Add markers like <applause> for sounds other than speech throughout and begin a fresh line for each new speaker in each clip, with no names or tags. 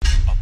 Pulp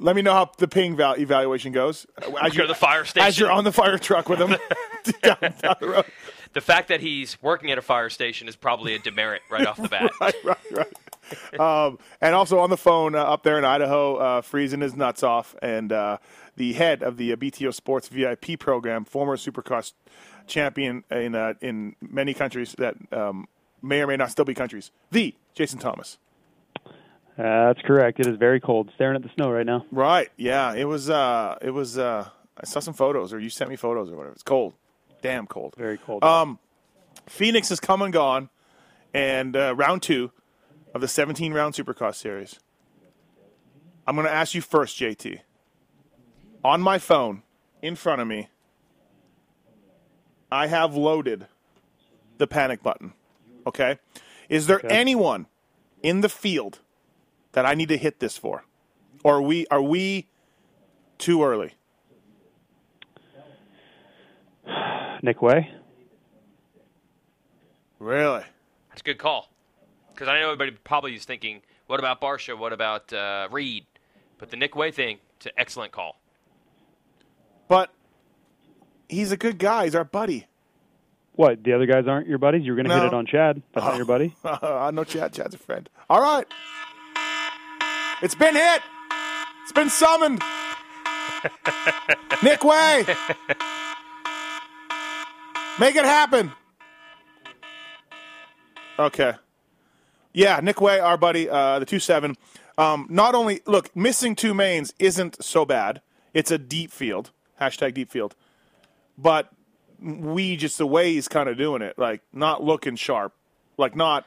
Let me know how the ping val- evaluation goes. As
Go to the fire
As you're
station.
on the fire truck
<laughs>
with him down, down the road.
the fact that he's working at a fire station is probably a demerit right off
<laughs>
the bat.
right, right. Um, and also on the phone uh, up there in Idaho, uh, freezing his nuts off, and uh, the head of the uh, BTO Sports VIP program, former Supercross champion in uh, in many countries that um, may or may not still be countries, the Jason Thomas.
Uh, that's correct. It is very cold. Staring at the snow right now.
Right. Yeah. It was. Uh, it was. Uh, I saw some photos, or you sent me photos, or whatever. It's cold. Damn cold.
Very cold.
Um, Phoenix has come and gone, and uh, round two of the 17 round Supercross series. I'm going to ask you first, JT. On my phone, in front of me, I have loaded the panic button. Okay? Is there anyone in the field that I need to hit this for? Or are we are we too early?
Nick Way.
Really?
That's a good call. Because I know everybody probably is thinking, what about Barsha? What about uh, Reed? But the Nick Way thing, it's an excellent call.
But he's a good guy. He's our buddy.
What? The other guys aren't your buddies? You were going to
No.
hit it on Chad. That's not your buddy.
<laughs> I know Chad. Chad's a friend. All right. It's been hit. It's been summoned. Nick Way. Make it happen. Okay. Yeah, Nick Way, our buddy, uh, the two seven. Um, not only look, missing two mains isn't so bad. It's a deep field. Hashtag deep field. But we just the way he's kind of doing it, like not looking sharp, like not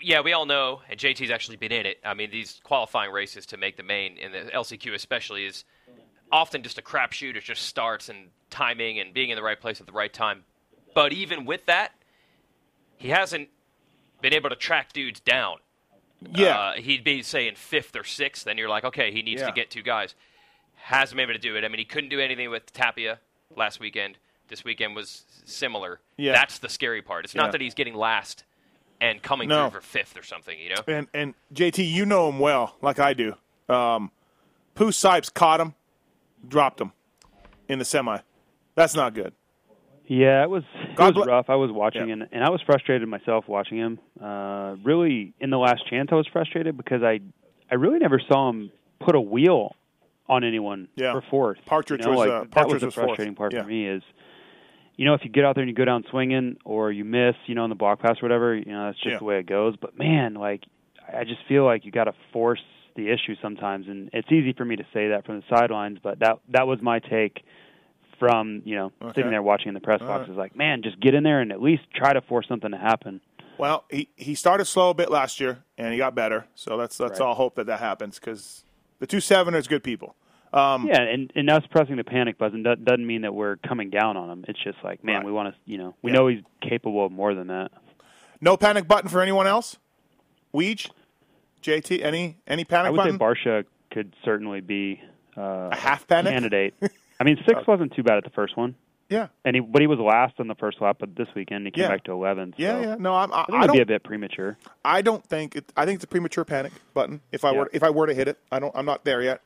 yeah, we all know, and JT's actually been in it. I mean, these qualifying races to make the main and the LCQ especially is often just a crapshoot. It just starts and timing and being in the right place at the right time. But even with that, he hasn't been able to track dudes down.
yeah.
Uh, he'd be saying fifth or sixth, then you're like, okay, he needs
Yeah.
to get two guys. Hasn't been able to do it. I mean, he couldn't do anything with Tapia last weekend. This weekend was similar.
Yeah.
That's the scary part. It's
Yeah.
not that he's getting last and coming
No.
through for fifth or something, you know?
and and JT, you know him well, like I do. Um, Pooh Sipes caught him, dropped him in the semi. That's not good.
Yeah, it was it
God
was
bl-
rough. I was watching
Yeah.
and, and I was frustrated myself watching him. Uh, really, in the last chance, I was frustrated because I I really never saw him put a wheel on anyone
Yeah.
for fourth.
Partridge
you
was,
know, like,
uh,
that
Partridge
was the
was fourth.
frustrating part
Yeah.
for me is, you know, if you get out there and you go down swinging or you miss, you know, on the block pass or whatever, you know, that's just
Yeah.
the way it goes. But man, like I I just feel like you got to force the issue sometimes, and it's easy for me to say that from the sidelines, but that that was my take from you know
Okay.
sitting there watching in the press
All
box
right.
is like, man, just get in there and at least try to force something to happen.
Well, he, he started slow a bit last year, and he got better. So let's let's
Right.
all hope that that happens because the two seven is good people. Um,
Yeah, and and us pressing the panic button do- doesn't mean that we're coming down on him. It's just like, man,
Right.
we want to, you know, we
Yeah.
know he's capable of more than that.
No panic button for anyone else. Weege, JT, any any
I
panic
would
button?
say Barsha could certainly be uh,
a
a
half panic. <laughs>
candidate. I mean, six wasn't too bad at the first one,
Yeah,
and he but he was last on the first lap. But this weekend he came
Yeah.
back to eleven. So
yeah, yeah. No, I'm, I,
I think
I
it'd be a
don't.
bit premature.
I don't think. It, I think it's a premature panic button. If I
Yeah.
were if I were to hit it, I don't. I'm not there yet.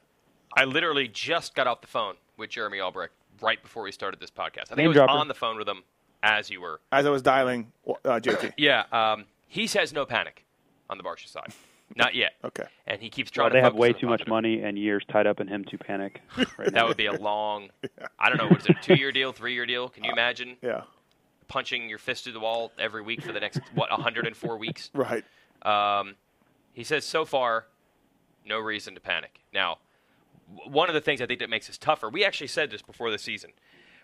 I literally just got off the phone with Jeremy Albrecht right before we started this podcast. I think
Name
I was
dropper.
on the phone with him as you were.
As I was dialing uh,
<coughs>
JT.
Yeah, um, he says no panic on the Barsha
<laughs>
side. Not yet.
Okay.
And he keeps
Well,
trying
they
to
have
focus
way
on the
too much
positive.
money and years tied up in him to panic. Right now.
That would be a long, I don't know, what is it, a two year deal, three year deal? Can you imagine
Yeah.
punching your fist through the wall every week for the next, what, 104 weeks?
Right.
Um, he says so far, no reason to panic. Now, w- one of the things I think that makes us tougher, we actually said this before the season.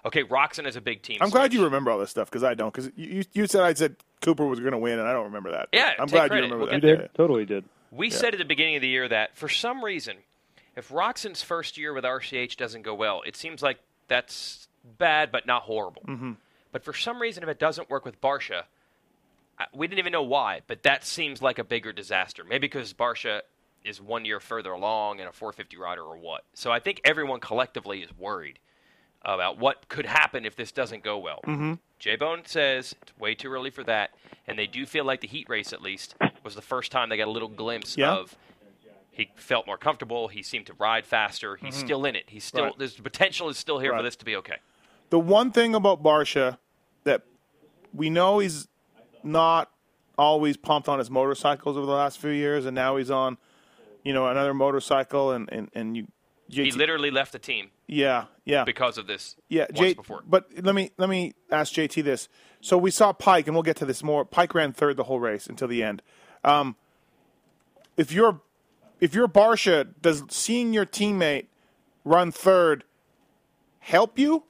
Okay, Roxon is a big team.
I'm glad
switch.
you remember all this stuff because I don't. Because you, you you said I said Cooper was going to win, and I don't remember that.
Yeah,
I'm
take
glad
credit.
you remember
We'll
that.
get
He did.
Yeah, yeah.
Totally did.
We said at the beginning of the year that for some reason, if Roxon's first year with RCH doesn't go well, it seems like that's bad but not horrible.
Mm-hmm.
But for some reason, if it doesn't work with Barsha, I- we didn't even know why, but that seems like a bigger disaster. Maybe because Barsha is one year further along and a 450 rider or what. So I think everyone collectively is worried about what could happen if this doesn't go well.
Mm-hmm.
J Bone says it's way too early for that, and they do feel like the heat race, at least, was the first time they got a little glimpse
Yeah.
of. He felt more comfortable. He seemed to ride faster. He's still in it. He's still
Mm-hmm. Right.
there's the potential is still here
Right.
for this to be okay.
the one thing about Barsha that we know he's not always pumped on his motorcycles over the last few years, and now he's on, you know, another motorcycle, and and and you,
He
JT
literally left the team
yeah, yeah,
because of this.
yeah.
once
J-
before.
but let me let me ask JT this. So we saw Pike, and we'll get to this more. Pike ran third the whole race until the end. Um, if you're if you're Barsha, does seeing your teammate run third help you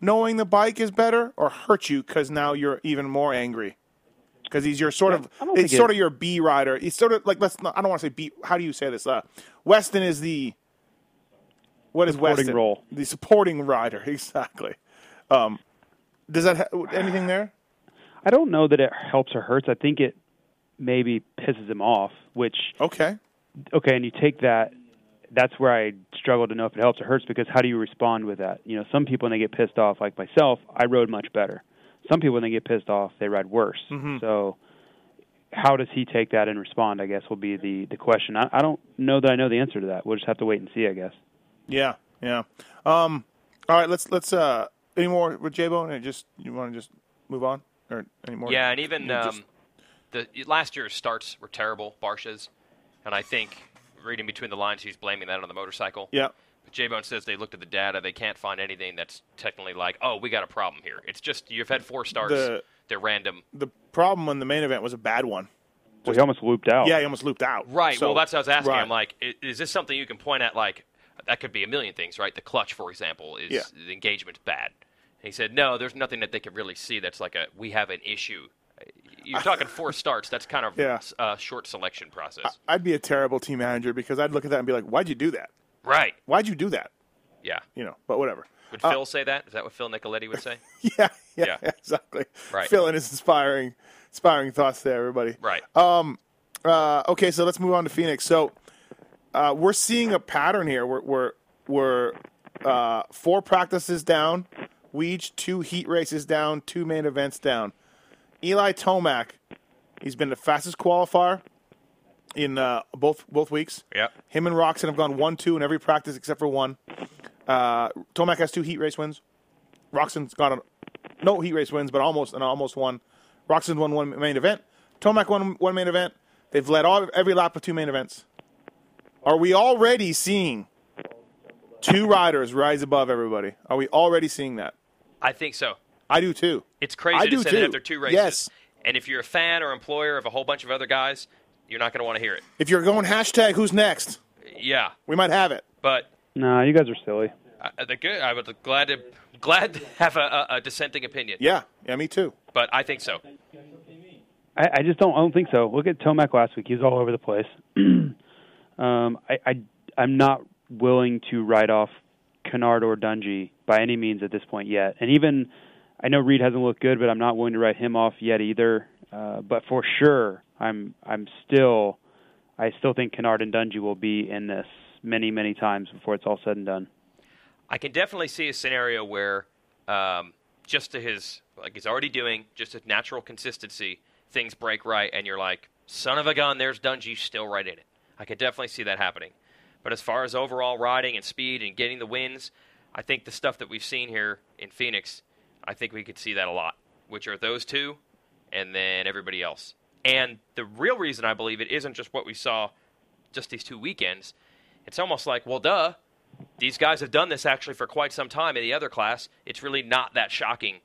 knowing the bike is better, or hurt you because now you're even more angry? Because he's your sort of
I don't
it's
think
sort
it-
of your B rider. He's sort of like let's not, I don't want to say B. How do you say this? Uh, Weston is the what is
Supporting
Weston?
role.
The supporting rider, <laughs> exactly. Um, does that ha- anything there?
I don't know that it helps or hurts. I think it maybe pisses him off, which
Okay,
okay, and you take that that's where I struggle to know if it helps or hurts because how do you respond with that? You know, some people when they get pissed off, like myself, I rode much better. Some people when they get pissed off, they ride worse. So how does he take that and respond, I guess will be the, the question. I, I don't know that I know the answer to that. We'll just have to wait and see, I guess.
yeah, yeah. Um, all right, let's let's uh, any more with J Bone? Just you want to just move on or any more?
Yeah, and even
just-
um, the last year's starts were terrible, Barsha's, and I think reading between the lines, he's blaming that on the motorcycle.
yeah.
But J Bone says they looked at the data, they can't find anything that's technically like, oh, we got a problem here. It's just you've had four starts,
The-
they're random.
The problem in the main event was a bad one.
Well, he almost looped out.
Yeah, he almost looped out.
Oh. Right.
So-
well, that's what I was asking.
right.
I'm like, i- is this something you can point at? Like, that could be a million things, right? The clutch, for example, is
Yeah.
the engagement's bad. And he said, no, there's nothing that they could really see that's like a we have an issue. You're
<laughs>
talking four starts. That's kind of
Yeah. Uh,
uh, short selection process.
I'd be a terrible team manager because I'd look at that and be like, "Why'd you do that?
right.
Why'd you do that?"
Yeah.
You know. But whatever.
Would
Uh, <laughs>
Phil say that? Is that what Phil Nicoletti would say?
yeah, yeah,
Yeah.
<laughs> exactly.
Right.
Phil and his inspiring, inspiring thoughts there, everybody.
right.
Uh, okay, so let's move on to Phoenix. So uh, we're seeing a pattern here. We're we're, we're uh, four practices down, Weege two heat races down, two main events down. Eli Tomac, he's been the fastest qualifier in uh, both both weeks.
Yep.
Him and Roxon have gone one two in every practice except for one. Uh, Tomac has two heat race wins. Roxon's got a no heat race wins, but almost and almost won. Roxon's won one main event. Tomac won one main event. They've led all, every lap of two main events. Are we already seeing two riders rise above everybody? Are we already seeing that?
I think so.
I do too.
It's crazy
I
to
do
say
too.
that after two races.
Yes.
And if you're a fan or employer of a whole bunch of other guys, you're not going to want to hear
<laughs>
it.
If you're going hashtag who's next,
Yeah,
we might have it.
but
No, you guys are silly.
I, the good. I would be glad to glad to have a, a, a dissenting opinion.
Yeah, yeah, me too.
But I think so.
I, I just don't. I don't think so. Look at Tomac last week. He was all over the place. um, I, I I'm not willing to write off Kennard or Dungy by any means at this point yet. And even I know Reed hasn't looked good, but I'm not willing to write him off yet either. Uh, but for sure, I'm I'm still I still think Kennard and Dungy will be in this many many times before it's all said and done.
I can definitely see a scenario where, um, just to his like he's already doing, just his natural consistency, things break right, and you're like, son of a gun, there's Dungy still right in it. I could definitely see that happening. But as far as overall riding and speed and getting the wins, I think the stuff that we've seen here in Phoenix, I think we could see that a lot, which are those two, and then everybody else. And the real reason I believe it isn't just what we saw just these two weekends. It's almost like, well, duh, these guys have done this actually for quite some time in the other class. It's really not that shocking.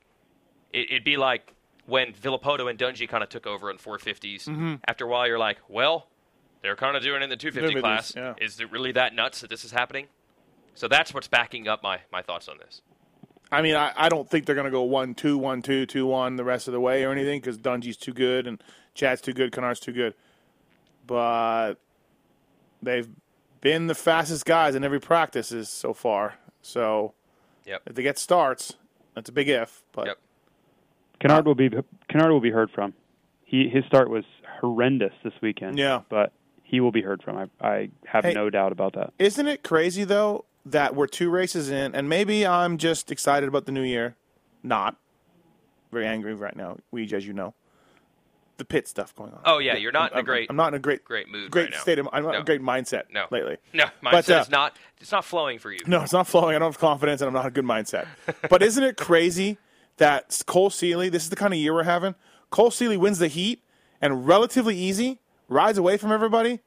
It, it'd be like when Villapoto and Dungy kind of took over in 450s.
Mm-hmm.
After a while, you're like, well, they're kind of doing it in the 250
Doing
class.
this, yeah.
Is it really that nuts that this is happening? So that's what's backing up my, my thoughts on this.
I mean, I, I don't think they're going to go one two one two two one the rest of the way or anything because Dungy's too good and Chad's too good, Canard's too good. But they've been the fastest guys in every practices so far. So
Yep.
if they get starts, that's a big if. But
Yep.
Kennard
Uh,
will be Kennard will be heard from. He his start was horrendous this weekend.
Yeah.
but he will be heard from. I I have
Hey.
no doubt about that.
isn't it crazy though that we're two races in and maybe I'm just excited about the new year? Not very angry right now, Weege, as you know. The pit stuff going on.
Oh, yeah, you're not in a
I'm-
great-
I'm not in a great
great mood
Great
right now.
state of. I'm not in
No.
a great mindset.
No.
lately.
No, mindset
But, uh,
is not, it's not flowing for you.
No, it's not flowing. I don't have confidence, and I'm not a good mindset. But isn't it crazy that Cole Seeley? This is the kind of year we're having. Cole Seeley wins the heat and relatively easy rides away from everybody.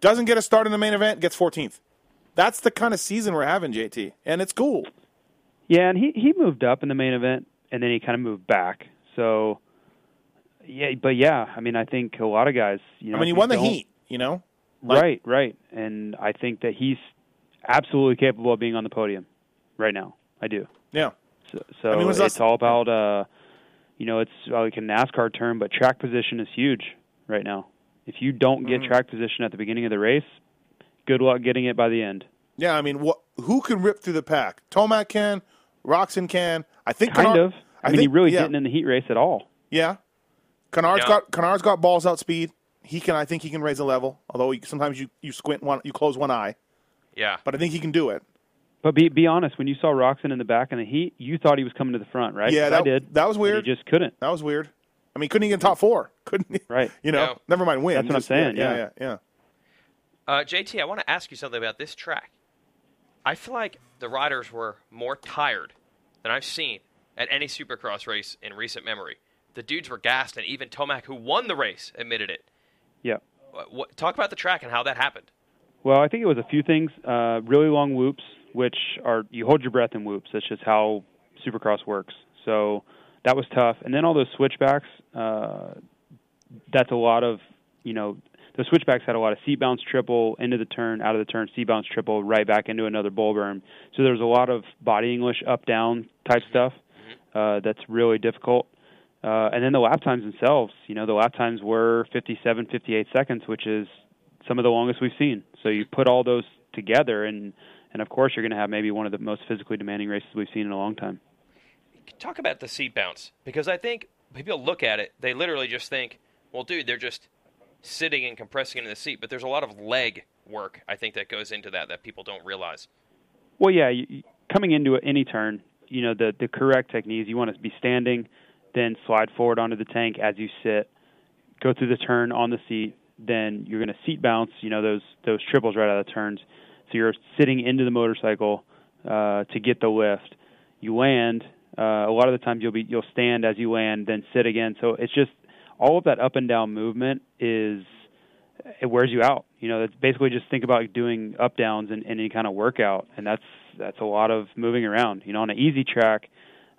Doesn't get a start in the main event. Gets 14th. That's the kind of season we're having, JT, and it's cool.
Yeah, and he he moved up in the main event, and then he kind of moved back. So yeah, but yeah, I mean, I think a lot of guys. You know,
I mean, he
if
won the
don't-
heat. You know,
right, right, and I think that he's absolutely capable of being on the podium right now. I do.
yeah.
So, so
mean, when's
it's
the last-
all about uh, you know, it's uh, like a NASCAR term, but track position is huge right now. If you don't
Mm-hmm.
get track position at the beginning of the race, good luck getting it by the end.
Yeah, I mean, what? Who can rip through the pack? Tomac can, Roxon can. I think
Kind
Canard-
of. I, mean, he really
yeah,
didn't in the heat race at all.
Yeah, Canard's
Yeah.
got Canard's got balls out speed. He can. I think he can raise a level. Although he, sometimes you you squint one, you close one eye,
Yeah.
but I think he can do it.
But be be honest, when you saw Roxon in the back in the heat, you thought he was coming to the front, right?
Yeah,
'Cause
that-
I did.
that was
And
weird.
He just couldn't.
That was weird. I mean, couldn't he get in top four? <laughs> Couldn't he?
Right.
You know,
No.
never mind win.
That's what I'm saying,
Yeah, yeah,
yeah.
yeah.
Uh, JT, I want to ask you something about this track. I feel like the riders were more tired than I've seen at any supercross race in recent memory. The dudes were gassed, and even Tomac, who won the race, admitted it.
Yeah.
Wha- what- talk about the track and how that happened.
Well, I think it was a few things. Uh, really long whoops, which are you hold your breath in whoops. That's just how Supercross works. So that was tough. And then all those switchbacks. Uh, that's a lot of you know the switchbacks had a lot of seat bounce triple into the turn, out of the turn, seat bounce triple, right back into another bull berm. So there was a lot of body English up down type stuff uh, that's really difficult. Uh, and then the lap times themselves, you know, the lap times were 57, 58 seconds, which is some of the longest we've seen. So you put all those together, and and of course you're going to have maybe one of the most physically demanding races we've seen in a long time.
Talk about the seat bounce because I think people look at it, they literally just think, "Well, dude, they're just sitting and compressing into the seat." But there's a lot of leg work I think that goes into that that people don't realize.
Well, yeah, you, you- coming into any turn, you know the the correct technique is you want to be standing, then slide forward onto the tank as you sit, go through the turn on the seat, then you're going to seat bounce. You know those those triples right out of the turns, so you're sitting into the motorcycle uh, to get the lift. You land, Uh, a lot of the times you'll be you'll stand as you land, then sit again. So it's just all of that up and down movement is it wears you out. You know, it's basically just think about doing up downs in, in any kind of workout, and that's that's a lot of moving around. You know, on an easy track,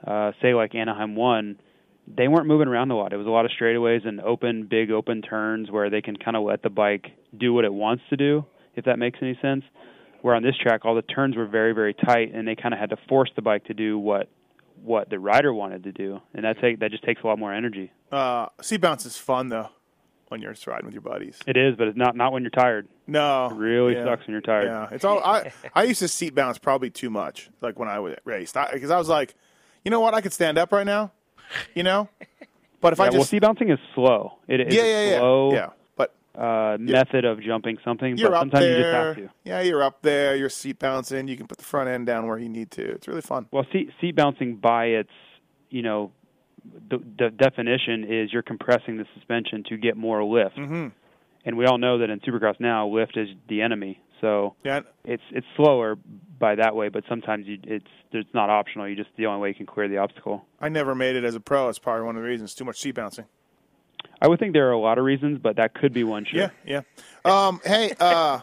uh, say like Anaheim one, they weren't moving around a lot. It was a lot of straightaways and open, big open turns where they can kind of let the bike do what it wants to do, if that makes any sense. Where on this track, all the turns were very, very tight, and they kind of had to force the bike to do what what the rider wanted to do, and that take that just takes a lot more energy.
Uh, sea bounce is fun though when you're just riding with your buddies.
It is, but it's not not when you're tired.
No,
It really
yeah.
sucks when you're tired.
Yeah, it's all I. I used to seat bounce probably too much, like when I was raced, because I, was like, you know what, I could stand up right now, you know. But if I
Yeah,
just
well, sea bouncing is slow. It is
yeah yeah
a
yeah
slow
yeah, but
Uh, method of jumping something,
you're
but
up
sometimes
there.
you just have to.
Yeah, you're up there. You're seat bouncing. You can put the front end down where you need to. It's really fun.
Well, seat seat bouncing by its you know the, the definition is you're compressing the suspension to get more lift,
Mhm.
and we all know that in Supercross now lift is the enemy. So
Yeah, and-
it's it's slower by that way, but sometimes you, it's it's not optional. You just the only way you can clear the obstacle.
I never made it as a pro. It's probably one of the reasons. Too much seat bouncing.
I would think there are a lot of reasons, but that could be one. Sure.
Yeah, yeah. Um, hey, uh,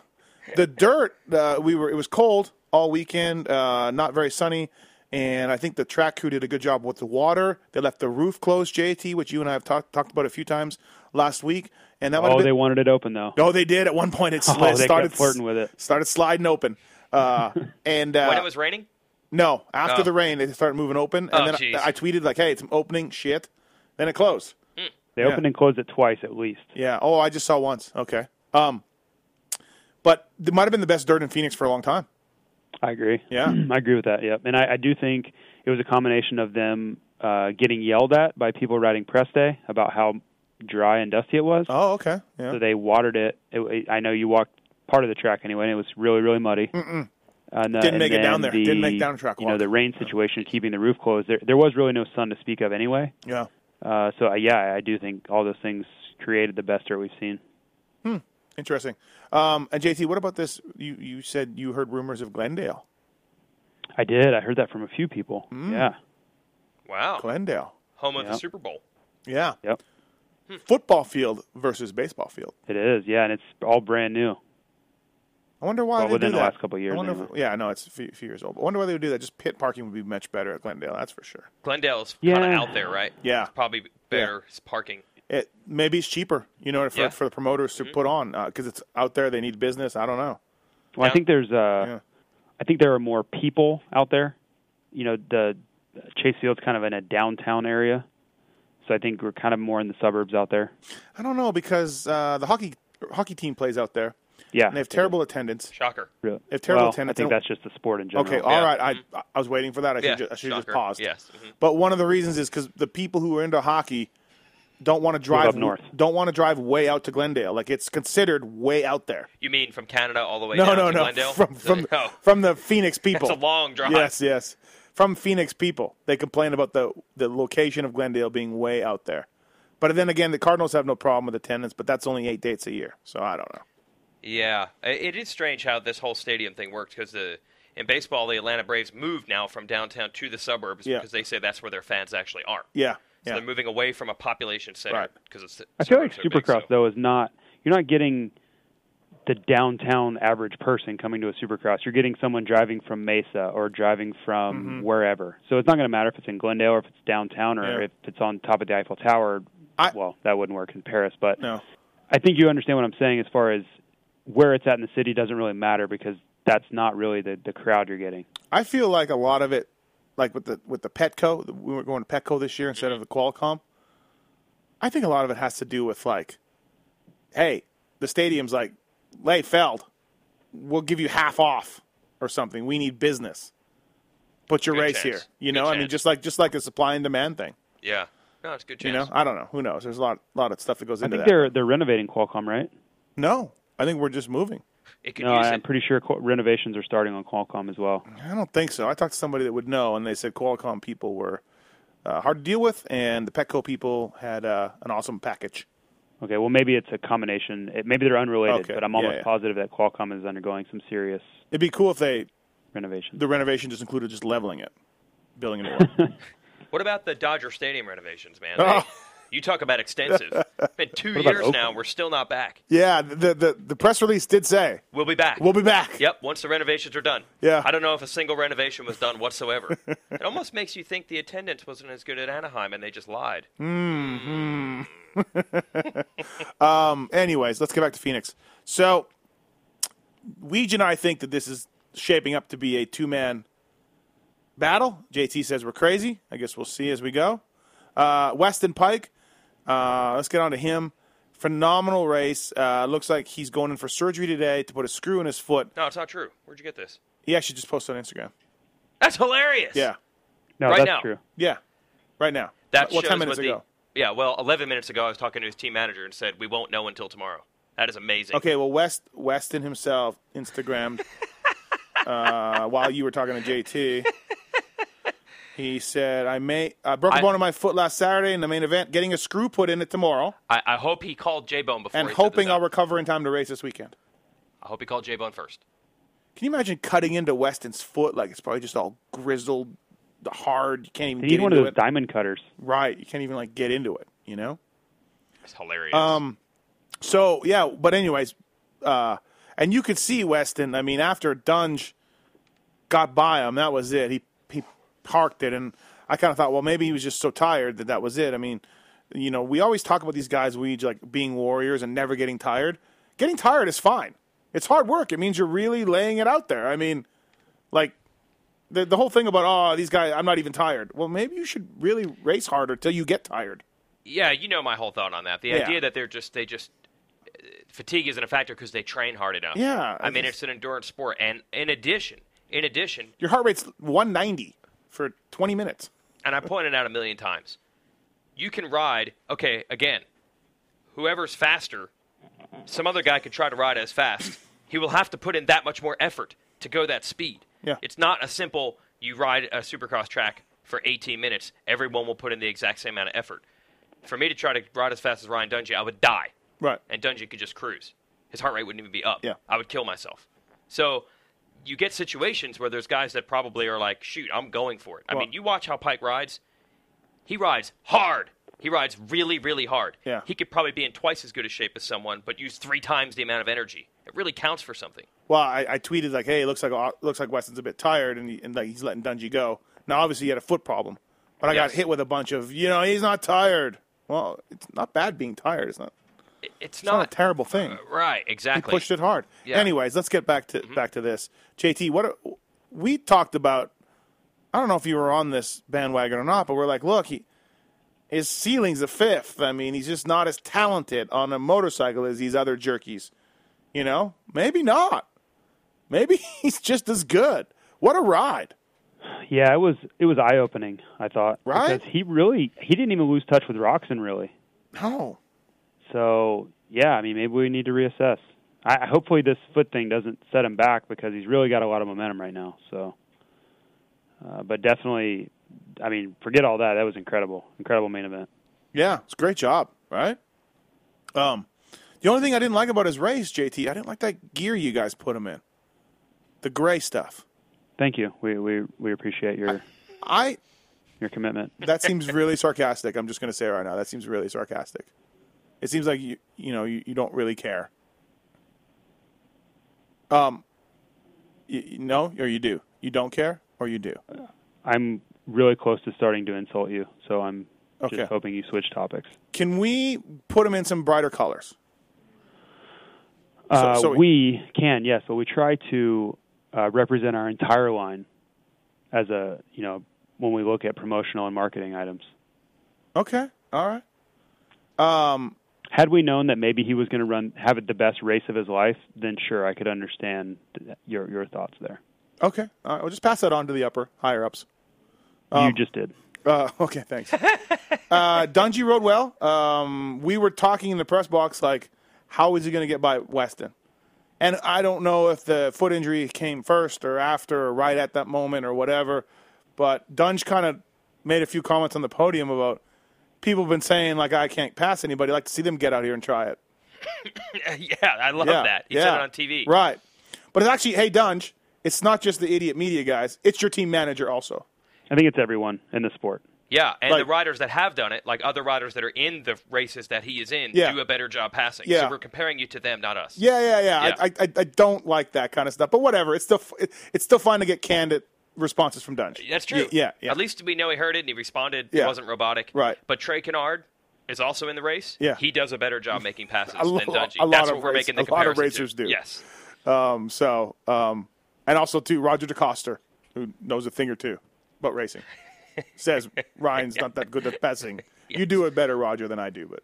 the dirt. Uh, we were. It was cold all weekend. Uh, not very sunny, and I think the track crew did a good job with the water. They left the roof closed, JT, which you and I have talked talked about a few times last week, and that might have
Oh,
been.
they wanted it open though.
<laughs> No, they did. At one point, it slid,
<laughs> Oh, they
started
kept flirting with it.
started sliding open. Uh, and uh,
When it was raining?
no, after
Oh.
the rain, it started moving open, and
Oh,
then
jeez.
I, I tweeted like, "Hey, it's opening shit." Then it closed.
They opened and closed it twice at least.
Yeah. Oh, I just saw once. Okay. Um, but it might have been the best dirt in Phoenix for a long time.
I agree. <clears throat>
Yeah.
I agree with that. Yep. And I, I do think it was a combination of them uh, getting yelled at by people riding press day about how dry and dusty it was.
Oh, okay. Yeah.
So they watered it. It- it- I know you walked part of the track anyway, and it was really, really muddy. Mm-mm. And, uh,
Didn't
and
make it
then
down there.
The,
Didn't make down track
You know
walk.
the rain situation, keeping the roof closed. There, there was really no sun to speak of anyway.
Yeah.
Uh, so uh, yeah, I do think all those things created the best dirt we've seen.
Interesting. Um, and JT, what about this? You you said you heard rumors of Glendale.
I did. I heard that from a few people.
Mm.
Yeah.
Wow.
Glendale.
Home of
Yeah.
the Super Bowl.
Yeah. Hmm.
Yep.
Football field versus baseball field.
It is. Yeah, and it's all brand new.
I wonder why
Well,
they
within
do
the
that.
last couple of years,
I wonder if-
anyway.
yeah, I know it's a few, few years old. But I wonder why they would do that. Just pit parking would be much better at Glendale. That's for sure.
Glendale's
Yeah.
kind of out there, right?
Yeah.
It's probably better. It's parking.
It maybe it's cheaper. You know, for
Yeah. Mm-hmm.
for the promoters to put on because it's out there. They need business. I don't know.
Well,
Yeah.
I think there's uh,
Yeah.
I think there are more people out there. You know, the Chase Field's kind of in a downtown area, so I think we're kind of more in the suburbs out there.
I don't know because uh, the hockey hockey team plays out there,
Yeah,
and they have terrible attendance.
Shocker.
Really.
they have terrible
well,
attendance.
I think
They don't-
that's just the sport in general.
Okay, all right. I I was waiting for that. I should
Mm-hmm. Yeah,
just, I should have just
shocker.
paused.
Yes, mhm.
But one of the reasons is because the people who are into hockey don't want to drive
up north.
Don't want to drive way out to Glendale. Like it's considered way out there.
You mean from Canada all the way
No,
down
no,
to
no.
Glendale?
From from
<laughs> Oh,
from the Phoenix people.
it's a long drive.
Yes, yes. From Phoenix people, they complain about the the location of Glendale being way out there. But then again, the Cardinals have no problem with attendance, but that's only eight dates a year, so I don't know.
Yeah, I- it is strange how this whole stadium thing works because the in baseball the Atlanta Braves moved now from downtown to the suburbs
Yeah.
because they say that's where their fans actually are.
Yeah,
So
yeah.
they're moving away from a population center
Right.
because it's
I feel like
suburbs are big,
Supercross
so-
though is not you're not getting the downtown average person coming to a Supercross. You're getting someone driving from Mesa or driving from
Mm-hmm.
wherever. So it's not going to matter if it's in Glendale or if it's downtown or
Yeah.
if it's on top of the Eiffel Tower.
I-
well, that wouldn't work in Paris, but
No.
I think you understand what I'm saying as far as where it's at in the city doesn't really matter because that's not really the the crowd you're getting.
I feel like a lot of it, like with the with the Petco, we were going to Petco this year instead of the Qualcomm. I think a lot of it has to do with like, hey, the stadium's like, hey Feld, we'll give you half off or something. We need business. Put your
Good
race
chance.
here. You
Good
know, I mean,
chance.
just like just like a supply and demand thing.
Yeah, no, it's a good
You
chance.
know, I don't know. Who knows? There's a lot lot of stuff that goes
I
into
think
that.
they're they're renovating Qualcomm, right?
No, I think we're just moving.
it could
No,
use
I'm
it.
pretty sure qu- renovations are starting on Qualcomm as well.
I don't think so. I talked to somebody that would know, and they said Qualcomm people were uh, hard to deal with, and the Petco people had uh, an awesome package.
Okay, well maybe it's a combination. It, maybe they're unrelated,
Okay,
but I'm
yeah,
almost
yeah.
positive that Qualcomm is undergoing some serious
It'd be cool if they
renovations.
the renovation just included just leveling it, building a new one.
What about the Dodger Stadium renovations, man?
Oh.
They- You talk about extensive. It's
<laughs>
been two
about
years now.
Oakland?
We're still not back.
Yeah, the, the the press release did say
We'll be back.
we'll be back.
Yep, once the renovations are done.
Yeah.
I don't know if a single renovation was
<laughs>
done whatsoever. it almost makes you think the attendance wasn't as good at Anaheim and they just lied.
Hmm. Anyways, let's get back to Phoenix. So, Weege and I think that this is shaping up to be a two man battle. JT says we're crazy. I guess we'll see as we go. Uh, Weston Pike, uh, let's get on to him. Phenomenal race. Uh, looks like he's going in for surgery today to put a screw in his foot.
No, it's not true. Where'd you get this?
He actually just posted on Instagram.
That's hilarious.
Yeah,
No,
Right
that's
now.
true.
yeah, right now.
That
what
shows
ten minutes
what
ago?
The, yeah, well, 11 minutes ago, I was talking to his team manager and said, we won't know until tomorrow. That is amazing.
Okay, well, West Weston himself Instagrammed uh, while you were talking to JT. He said, "I may I broke a
I-
bone in my foot last Saturday in the main event, getting a screw put in it tomorrow,
I, I hope he called J Bone before
and
he set this
hoping
up.
I'll recover in time to race this weekend."
I hope he called J Bone first.
Can you imagine cutting into Weston's foot like it's probably just all grizzled, hard? You can't even
They
get
need one of
into
those
it.
diamond cutters.
right, you can't even like get into it. You know.
It's hilarious.
Um, so yeah, but anyways, uh, and you could see Weston. I mean, after Dunge got by him, that was it. He he parked it, and I kind of thought, well, maybe he was just so tired that that was it. I mean, you know, we always talk about these guys, we like being warriors and never getting tired. Getting tired is fine. It's hard work. It means you're really laying it out there. I mean, like. The, the whole thing about oh these guys I'm not even tired. Well, maybe you should really race harder till you get tired.
Yeah, you know my whole thought on that. The
Yeah.
idea that they're just they just uh, fatigue isn't a factor because they train hard enough.
Yeah,
I
I
mean
just-
it's an endurance sport, and in addition, in addition,
Your heart rate's 190 for 20 minutes.
and I pointed out a million times, you can ride. Okay, again, whoever's faster, some other guy could try to ride as fast. He will have to put in that much more effort to go that speed.
Yeah.
it's not a simple you ride a supercross track for 18 minutes. Everyone will put in the exact same amount of effort. For me to try to ride as fast as Ryan Dungey, I would die.
Right.
and Dungy could just cruise. His heart rate wouldn't even be up.
Yeah.
I would kill myself. So you get situations where there's guys that probably are like, shoot, I'm going for it. I
Well-
mean, you watch how Pike rides. He rides hard. He rides really, really hard.
Yeah.
He could probably be in twice as good a shape as someone, but use three times the amount of energy. It really counts for something.
Well, I, I tweeted like, "Hey, it looks like uh, looks like Weston's a bit tired, and, he, and like he's letting Dungy go." Now, obviously, he had a foot problem, but I
Yes.
got hit with a bunch of, you know, he's not tired. Well, it's not bad being tired. It's not,
It- It's
it's not,
not,
a terrible thing.
right.
He
Exactly.
pushed
<laughs>
it hard.
Yeah.
Anyways, let's get back to back to this. JT, what are, we talked about, I don't know if you were on this bandwagon or not, but we're like, look, he his ceiling's a fifth. I mean, he's just not as talented on a motorcycle as these other jerkies. You know, maybe not. Maybe <laughs> he's just as good. What a ride!
Yeah, it was it was eye opening. I thought
Right?
because he really he didn't even lose touch with Roxon really.
No,
So yeah, I mean maybe we need to reassess. I hopefully this foot thing doesn't set him back because he's really got a lot of momentum right now. So, uh, but definitely, I mean forget all that. That was incredible, incredible main event.
yeah, it's a great job, right? Um, the only thing I didn't like about his race, JT, I didn't like that gear you guys put him in, the gray stuff.
Thank you. We we we appreciate your
I
your commitment.
that seems really sarcastic. I'm just going to say it right now. That seems really sarcastic. It seems like you you know you, you don't really care. Um, you, you no, or you do. You don't care, or you do.
I'm really close to starting to insult you, so I'm
Okay.
just hoping you switch topics.
Can we put them in some brighter colors?
Uh,
so-
we can, yes, but we try to uh, represent our entire line as a, you know, when we look at promotional and marketing items.
Okay, all right. Um,
Had we known that maybe he was going to run have it the best race of his life, then sure, I could understand th- your your thoughts there.
okay, all right. We'll just pass that on to the upper higher ups.
you just did.
Uh, <laughs> okay, thanks. uh, Dungy rode well. Um, we were talking in the press box like, how is he going to get by Weston? And I don't know if the foot injury came first or after or right at that moment or whatever, but Dunge kind of made a few comments on the podium about people have been saying like I can't pass anybody. I'd like to see them get out here and try it.
yeah, I love that. He said it on TV.
Right. But it's actually, hey Dunge, it's not just the idiot media guys. It's your team manager also.
I think it's everyone in the sport.
Yeah, and
Like-
the riders that have done it, like other riders that are in the races that he is in,
Yeah.
do a better job passing.
Yeah.
So we're comparing you to them, not us.
Yeah, yeah, yeah.
Yeah.
I, I, I- I don't like that kind of stuff. But whatever. It's still f- it, it's still fun to get candid responses from Dunge.
That's true.
Yeah, yeah.
At least we know he heard it and he responded.
Yeah.
It wasn't robotic.
Right.
But Trey Kennard is also in the race.
Yeah.
He does a better job making passes
A lo-
than Dungy.
a lot
That's
of
what we're
race-
making the
a lot
comparison
of racers
to.
do.
Yes.
Um, so um, and also to Roger DeCoster, who knows a thing or two about
<laughs>
racing, says Ryan's not that good at passing. You do it better, Roger, than I do. But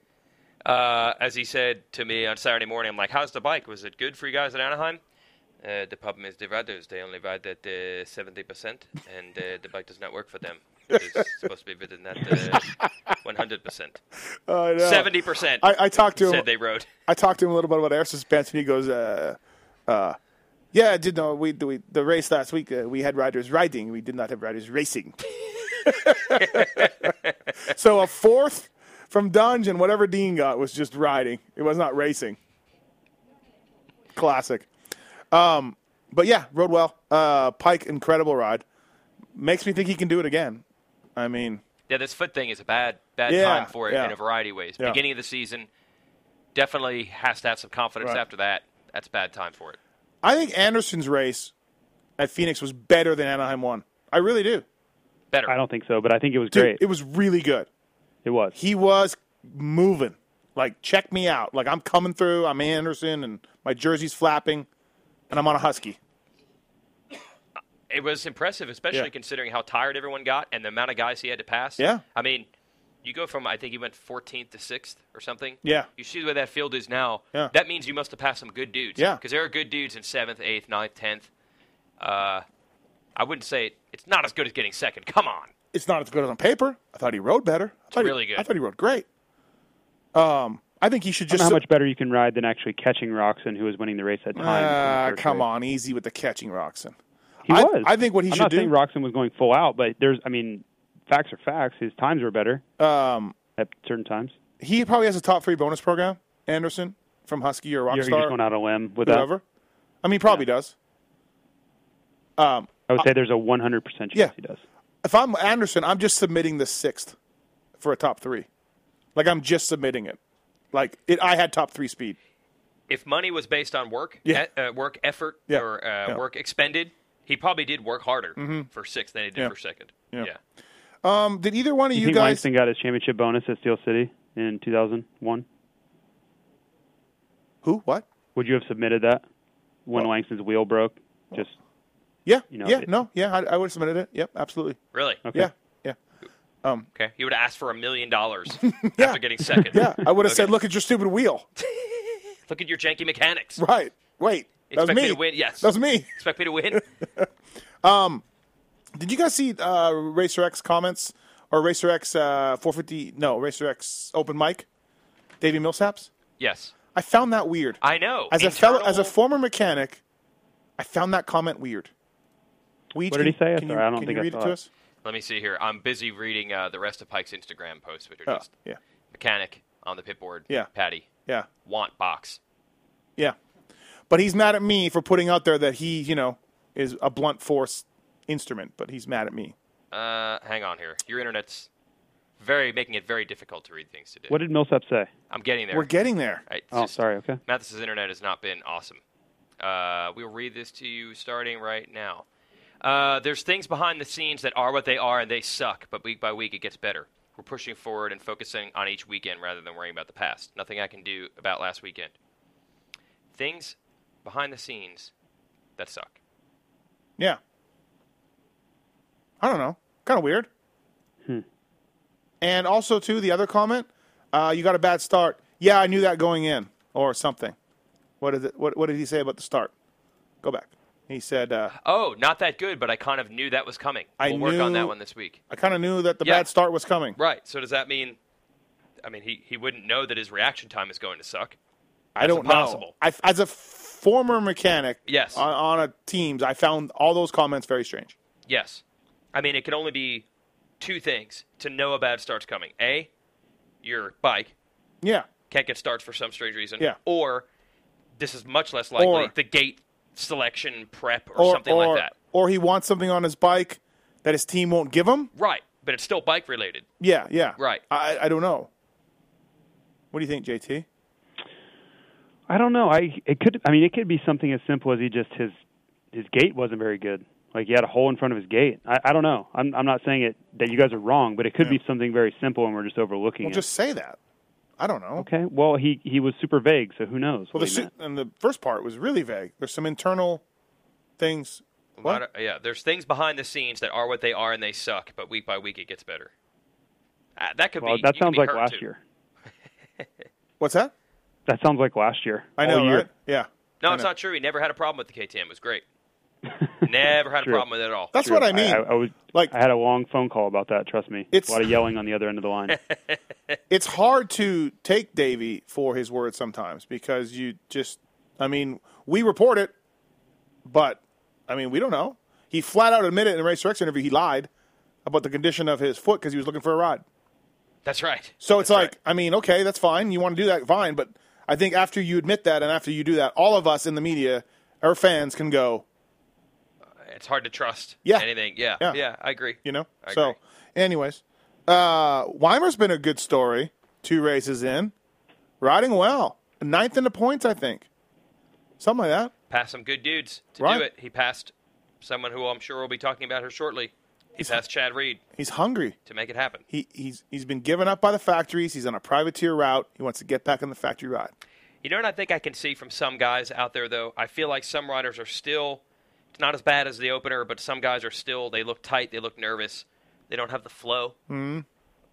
Uh, as he said to me on Saturday morning, I'm like, how's the bike? Was it good for you guys at Anaheim? Uh, the problem is the riders, they only ride at uh, 70%, and uh, the bike does not work for them. It's supposed to be ridden at uh, 100%.
<laughs> I know.
70%
uh, I, I talked to him.
said they rode.
I talked to him a little bit about air suspension. He goes, uh, uh, "Yeah, I did know we, we the race last week. Uh, we had riders riding. We did not have riders racing." <laughs> so a fourth from Dunge and whatever Dean got was just riding. It was not racing. Classic. Um, but yeah, rode well. Uh, Pike, incredible ride. Makes me think he can do it again. I mean,
Yeah, this foot thing is a bad, bad
Yeah,
time for it
yeah.
in a variety of ways.
Yeah.
Beginning of the season, definitely has to have some confidence
Right.
after that. That's a bad time for it.
I think Anderson's race at Phoenix was better than Anaheim won. I really do.
Better.
I don't think so, but I think it was
Dude,
great.
it was really good.
it was.
He was moving. Like, check me out. Like, I'm coming through. I'm Anderson, and my jersey's flapping, and I'm on a husky.
It was impressive, especially
Yeah.
considering how tired everyone got and the amount of guys he had to pass.
Yeah.
I mean, you go from I think he went 14th to 6th or something.
Yeah.
You see where that field is now.
Yeah.
That means you must have passed some good dudes.
Yeah.
Because there are good dudes in 7th, 8th, 9th, 10th. Uh, I wouldn't say it's not as good as getting second. Come on.
It's not as good as on paper. I thought he rode better. I thought
really
he,
good.
I thought he rode great. Um, I think he should
I don't
just.
know how much better you can ride than actually catching Roxon, who was winning the race at time.
Ah,
in the first
come
race.
on, easy with the catching Roxon.
He
I-
was.
I think what he
I'm
should
not saying
do-
Roxon was going full out, but there's, I mean, facts are facts. His times were better
Um,
at certain times.
he probably has a top three bonus program. Anderson from Husky or
You're, you're just going
Rockstar,
out on a limb with that.
whoever. I mean, probably does. Um,
I would say there's a 100% chance
Uh, Yeah.
he does.
if I'm Anderson, I'm just submitting the sixth for a top three. Like I'm just submitting it. Like it, I had top three speed.
If money was based on work,
Yeah.
e- uh, work effort
Yeah.
or uh,
Yeah. Mm-hmm.
work expended, he probably did work harder for 6th than he did
Yeah.
for 2nd.
Yeah.
yeah.
Um, did either one of
You,
you,
think
guys?
Langston got his championship bonus at Steel City in 2001?
Who? What?
Would you have submitted that when Langston's wheel broke? Just
Yeah.
You know,
yeah.
it-
no. Yeah. I, I would have submitted it. Yep. Absolutely.
Really?
okay.
Yeah. Yeah.
Okay. You would have asked for a million dollars after getting second.
<laughs> Yeah. I would have said,
Okay.
"Look at your stupid wheel."
<laughs>
<laughs>
Look at your janky mechanics.
Right. Wait. That was
Expect
me.
me to win, yes.
That was me.
Expect me
<laughs>
to win?
Did you guys see uh, Racer X comments or Racer X uh, 450? No, Racer X open mic. Davey Millsaps.
yes.
I found that weird.
I know.
as a fellow, as a
Internal-
former mechanic, I found that comment weird. Weege,
What
can
did he
you-
say?
Can you,
Sorry, I don't
can
think
you
I
read it
saw
to
it.
us?
Let me see here. I'm busy reading uh, the rest of Pike's Instagram posts, which are
Oh,
just
yeah,
mechanic on the pit board.
Yeah.
Patty.
yeah,
Want box.
yeah. But he's mad at me for putting out there that he, you know, is a blunt force instrument. But he's mad at me.
Uh, hang on here. Your internet's very making it very difficult to read things today.
What did Millsap say?
I'm getting there.
We're getting there.
All right, it's
Oh,
just-
sorry. Okay.
Mathis's internet has not been awesome. Uh, we'll read this to you starting right now. Uh, there's things behind the scenes that are what they are and they suck, but week by week it gets better. We're pushing forward and focusing on each weekend rather than worrying about the past. Nothing I can do about last weekend. Things behind the scenes that suck.
Yeah. I don't know. Kind of weird.
Hmm.
And also, too, the other comment, uh, you got a bad start. Yeah, I knew that going in, or something. What is it? What, what did he say about the start? Go back. He said, uh,
Oh, not that good, but I kind of knew that was coming.
I
we'll work on
knew-
that one this week.
"I kind of knew that the
Yeah.
bad start was coming."
Right. So does that mean? I mean, he, he wouldn't know that his reaction time is going to suck.
I don't know.
impossible.
I, as a former mechanic,
Yes.
on, on a teams, I found all those comments very strange.
Yes. I mean, it can only be two things to know a bad start's coming. A, your bike
Yeah,
can't get starts for some strange reason.
Yeah.
Or, this is much less likely,
Or-
the gate selection prep or, something
or,
like that.
Or he wants something on his bike that his team won't give him.
Right. but it's still bike related.
Yeah, yeah.
Right.
I, I don't know. What do you think, JT?
I don't know. I it could. I mean, it could be something as simple as he just his his gate wasn't very good. Like he had a hole in front of his gate. I, I don't know. I'm I'm not saying it that you guys are wrong, but it could be something very simple and we're just overlooking
Well,
it.
just say that. I don't know.
okay. Well, he he was super vague, so who knows?
Well,
what
the
he
su-
meant.
and the first part was really vague. There's some internal things. What?
Not- yeah, there's things behind the scenes that are what they are and they suck, but week by week it gets better. Uh, that could
Well,
be.
that
you could
sounds
be
like
hurt,
last
too.
year.
What's that?
That sounds like last year.
I know,
All year.
right? Yeah.
No,
I
it's
know.
not true. He never had a problem with the KTM. It was great. Never had a
True.
problem with it at all.
That's what I mean.
I, I was
like-
like I had a long phone call about that. Trust me,
It's-
a lot of yelling on the other end of the line.
<laughs> it's hard to take Davey for his word sometimes because you just, I mean, we report it, but I mean, we don't know. He flat out admitted in a race direction interview he lied about the condition of his foot because he was looking for a ride.
That's right.
So it's like, I mean, okay, that's fine. You want to do that, fine. But I think after you admit that and after you do that, all of us in the media, our fans can go,
It's hard to trust
Yeah.
anything. Yeah,
Yeah.
yeah, I agree.
you know?
I
so,
agree.
anyways, uh, Weimer's been a good story two races in, riding well. Ninth in the points, I think. Something like that.
Passed some good dudes to
Right.
do it. He passed someone who I'm sure we'll be talking about here shortly. He passed Chad Reed
He's hungry.
to make it happen.
He, he's, he's been given up by the factories. He's on a privateer route. He wants to get back on the factory ride.
You know what I think I can see from some guys out there, though? I feel like some riders are still it's not as bad as the opener, but some guys are still, they look tight, they look nervous, they don't have the flow. Mm.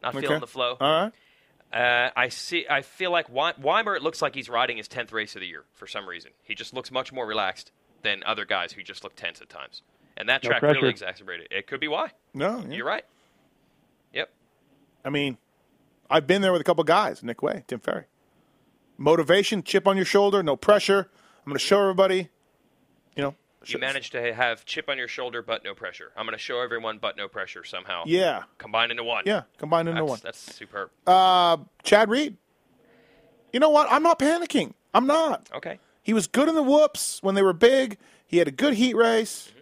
Not
Okay.
feeling the flow.
All right.
Uh, I see. I feel like Wei- Weimer. It looks like he's riding his tenth race of the year for some reason. He just looks much more relaxed than other guys who just look tense at times. And that
No
track
pressure.
really exacerbated. it. It could be why.
No, yeah.
You're right. Yep.
I mean, I've been there with a couple guys Nick Way, Tim Ferry. Motivation, chip on your shoulder, no pressure. I'm going to show everybody, you know.
You managed to have chip on your shoulder, but no pressure. I'm going to show everyone, but no pressure somehow.
Yeah,
Combined into one.
yeah, combined into
That's,
one.
that's superb.
Uh, Chad Reed. You know what? I'm not panicking. I'm not.
Okay.
He was good in the whoops when they were big. He had a good heat race.
Mm-hmm.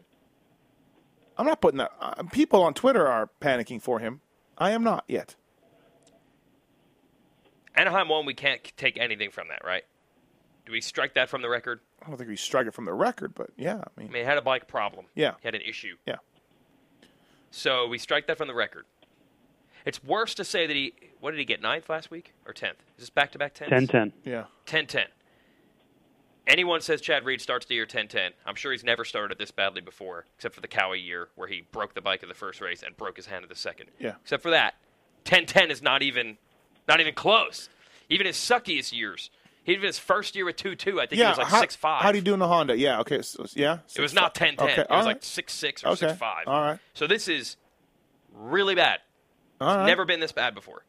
I'm not putting that. Uh, people on Twitter are panicking for him. I am not yet.
Anaheim one. We can't c- take anything from that, right? Do we strike that from the record?
I don't think we strike it from the record, but yeah, I
I
mean,
mean, he had a bike problem.
Yeah.
He had an issue.
yeah.
So we strike that from the record. It's worse to say that he. What did he get? Ninth last week or tenth? Is this back to back tenth?
Ten ten.
Yeah.
Ten ten. Anyone says Chad Reed starts the year ten ten. I'm sure he's never started this badly before, except for the Cowie year where he broke the bike in the first race and broke his hand in the second.
Yeah.
Except for that, ten ten is not even, not even close. Even his suckiest years, even his first year with two two, I think he was like
how,
six five.
How do you do in the Honda? Yeah, okay. So, yeah.
It was not 10 10.
Okay,
It
all
was
right.
like 6 6 or
Okay,
6 5.
all right.
So this is really bad.
All right.
Never been this bad before.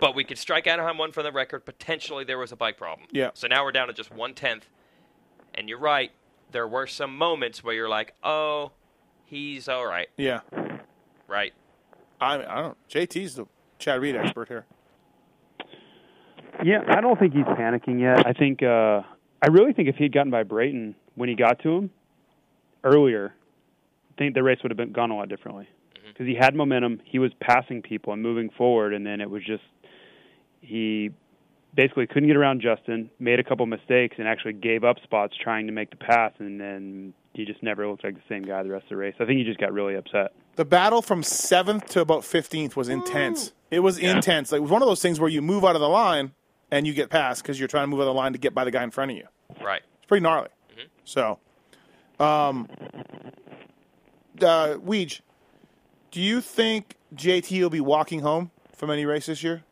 But we could strike Anaheim 1 from the record. Potentially there was a bike problem.
Yeah.
So now we're down to just one tenth. And you're right. There were some moments where you're like, oh, he's all right.
Yeah.
Right.
I, I don't. JT's the Chad Reed expert here.
Yeah, I don't think he's panicking yet. I think uh I really think if he'd gotten by Brayton when he got to him earlier, I think the race would have been gone a lot differently
Mm-hmm.
because he had momentum. He was passing people and moving forward, and then it was just he basically couldn't get around Justin, made a couple mistakes, and actually gave up spots trying to make the pass, and then he just never looked like the same guy the rest of the race. I think he just got really upset.
The battle from seventh to about fifteenth was intense. It was intense. Like, it was one of those things where you move out of the line and you get passed because you're trying to move out of the line to get by the guy in front of you.
Right.
It's pretty gnarly.
Mm-hmm.
So, um, uh, Weege, do you think JT will be walking home from any race this year?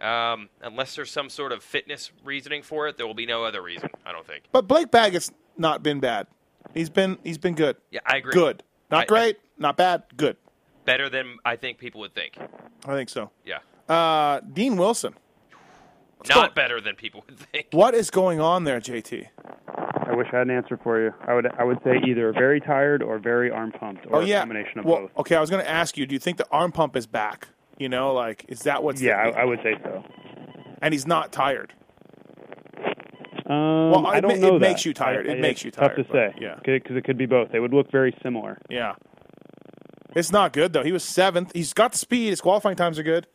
Um, unless there's some sort of fitness reasoning for it, there will be no other reason, I don't think.
But Blake Baggett's not been bad. He's been he's been good.
Yeah, I agree.
Good. Not
I- I-
great. not bad. Good.
Better than I think people would think.
I think so.
Yeah.
Uh, Dean Wilson.
Not better than people would <laughs> think.
What is going on there, JT?
I wish I had an answer for you. I would I would say either very tired or very arm pumped, or
oh yeah,
a combination of
well,
both.
okay. I was going to ask you. Do you think the arm pump is back? You know, like is that what's
Yeah, I, I would say so.
and he's not tired.
Um,
Well, it
I don't
ma- it
know. that.
makes you tired.
I-
It
I-
makes you
it's tough
tired,
to
but
say.
yeah.
because it could be both. They would look very similar.
Yeah, It's not good though. He was seventh. He's got the speed. His qualifying times are good.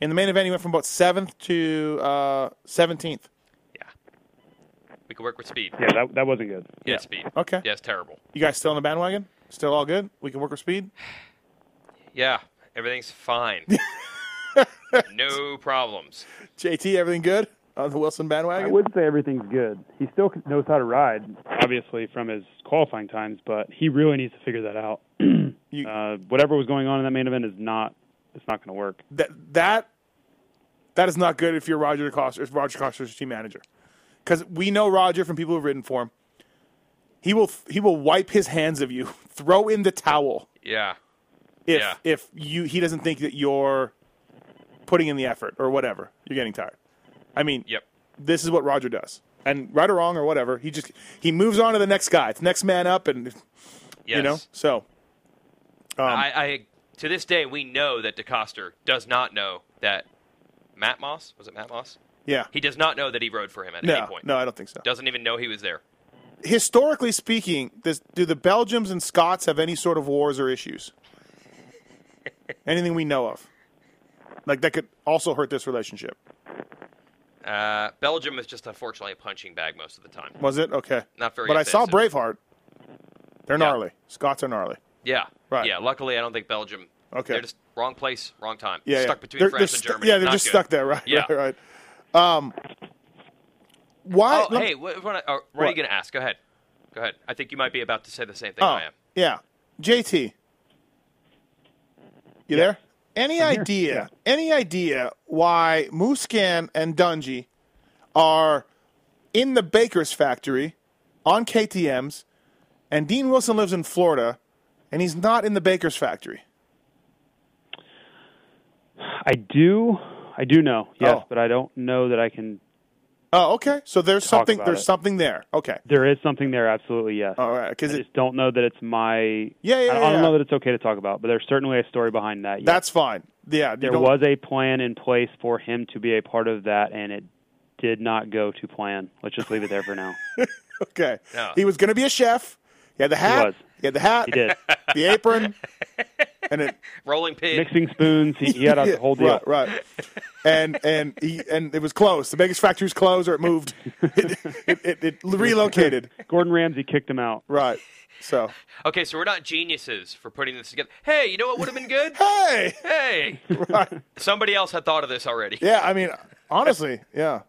In the main event, he went from about seventh to uh, seventeenth.
We could work with speed.
Yeah, that, that wasn't good.
Yeah, speed.
Okay.
Yeah, it's terrible.
you guys still on the bandwagon? Still all good? We can work with speed.
Yeah,
<laughs>
everything's fine. no problems.
JT, everything good on the Wilson
I
bandwagon?
would say everything's good. He still c- knows how to ride.
Obviously, from his qualifying times, but he really needs to figure that out. <clears throat> uh, whatever was going on in that main event is not it's not going to work.
that that that is not good if you're Roger DeCosta, if Roger DeCosta's team manager, because we know Roger from people who've written for him. He will he will wipe his hands of you, <laughs> throw in the towel
Yeah.
if
Yeah.
if you he doesn't think that you're putting in the effort or whatever. You're getting tired. I mean,
Yep.
this is what Roger does, and right or wrong or whatever, he just he moves on to the next guy. It's next man up, and
Yes.
you know so. um,
I, I to this day we know that DeCoster does not know that Matt Moss was it Matt Moss?
Yeah.
He does not know that he rode for him at any
no,
point.
no, I don't think so.
Doesn't even know he was there.
historically speaking, does, do the Belgians and Scots have any sort of wars or
<laughs>
issues? Anything we know of, like that could also hurt this relationship.
Uh, Belgium is just unfortunately a punching bag most of the time.
Was it okay?
Not very
But I saw
offensive.
Braveheart. They're gnarly. Scots are gnarly.
Yeah.
Right.
Yeah. Luckily, I don't think Belgium.
Okay.
They're just wrong place, wrong time.
Yeah, yeah.
Stuck between
They're-
France
they're
and
stu-
Germany.
Yeah, they're
Not
just
good.
stuck there. Right. <laughs>
Yeah.
Right. Right. Um, why?
Oh,
let-
hey, what, what, are- what are
What?
you going to ask? Go ahead. Go ahead. I think you might be about to say the same thing
oh,
I am.
yeah. JT, you there? Any idea? Any idea why Muscan and Dungy are in the baker's factory on KTM's, and Dean Wilson lives in Florida, and he's not in the baker's factory.
I do I do know yes,
Oh.
but I don't know that I can.
Oh, okay. So there's
Talk
something.
about
There's
it.
something there. Okay.
There is something there, absolutely yes.
All right. Because
I just don't know that it's my.
Oh. yeah, yeah,
I, I don't
yeah.
know that it's okay to talk about, but there's certainly a story behind that. Yes.
that's fine. Yeah. you
there
don't-
was a plan in place for him to be a part of that, and it did not go to plan. Let's just leave it there for now.
Okay.
Yeah.
He was going to be a chef. He had the hat.
was.
He had the hat. <laughs>
He did
The
<laughs>
apron. and it,
Rolling pin.
mixing spoons. He, he
<laughs>
had a whole deal.
Right, right. And and he and it was closed. The biggest factory was closed, or it moved. It, it, it, it relocated.
Gordon Ramsay kicked him out.
Right. So
Okay, so we're not geniuses for putting this together. Hey, you know what would have
<laughs>
been good?
hey,
hey, somebody else had thought of this already.
yeah. I mean, honestly, yeah.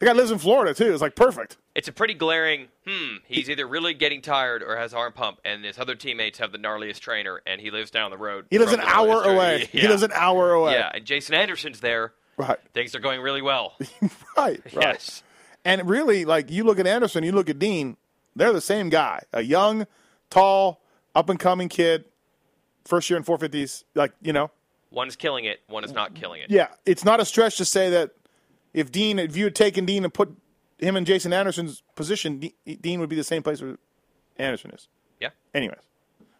The guy lives in Florida too. It's like perfect.
It's a pretty glaring. Hmm. He's either really getting tired or has arm pump, and his other teammates have the gnarliest trainer, and he lives down the road.
He lives
from
an
the gnarliest
hour
trainer.
away.
Yeah.
He lives an hour away.
Yeah, and Jason Anderson's there.
Right.
Things are going
<laughs>
really well.
Right. Right.
Yes.
And really, like you look at Anderson, you look at Dean, they're the same guy. A young, tall, up and coming kid, first year in 450s. Like, you know,
One is killing it. One is not killing it.
yeah, it's not a stretch to say that if Dean, if you had taken Dean and put him in Jason Anderson's position, De- Dean would be the same place where Anderson is.
Yeah.
Anyways.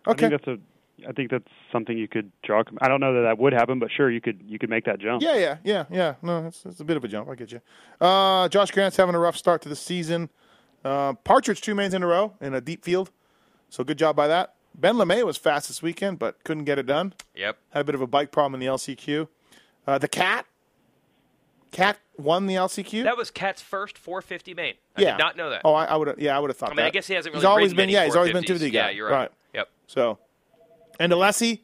I
Okay.
think that's a. I think that's something you could draw. a com- I don't know that that would happen, but sure, you could you could make that jump.
Yeah, yeah, yeah, yeah. No, it's, it's a bit of a jump. I get you. Uh, Josh Grant's having a rough start to the season. Uh, Partridge two mains in a row in a deep field, so good job by that. Ben LeMay was fast this weekend, but couldn't get it done.
Yep.
Had a bit of a bike problem in the LCQ. Uh, the cat, cat won the LCQ.
That was Cat's first 450 main. I
yeah,
did not know that.
Oh, I, I would. Yeah, I would have thought.
I mean, I
that.
guess he hasn't really.
He's always
ridden
been.
many
Yeah, he's always been
450s.
250 guy.
Yeah, you're right.
right.
Yep.
So, and Alessi,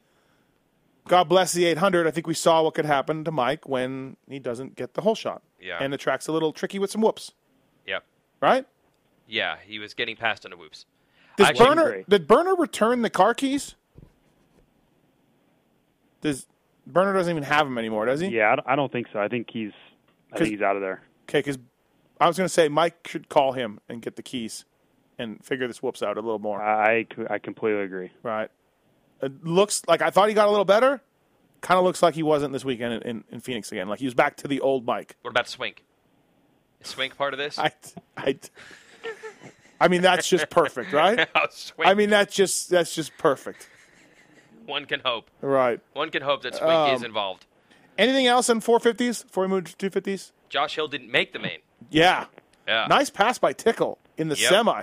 God bless the 800. I think we saw what could happen to Mike when he doesn't get the whole shot.
Yeah.
And the track's a little tricky with some whoops,
Yep.
right?
Yeah, he was getting passed on the whoops.
Does
Actually-
Burner
great.
did Burner return the car keys? Does Burner doesn't even have them anymore, does he?
Yeah, I don't, I don't think so. I think he's. I
Cause-
think he's out of there.
Okay, because I was going to say Mike should call him and get the keys and figure this whoops out a little more.
I, I c- I completely agree.
Right. It looks like I thought he got a little better. Kind of looks like he wasn't this weekend in, in, in Phoenix again. Like he was back to the old Mike.
What about Swink? Is Swink part of
<laughs>
this?
I, I, I mean, that's just perfect, right?
<laughs> Oh, Swink.
I mean, that's just that's just perfect,
one can hope.
right?
One can hope that Swink
Um,
is involved.
Anything else in 450s before we move to 250s?
Josh Hill didn't make the main.
Yeah,
Yeah.
nice pass by Tickle in the
Uh, Yep.
semi.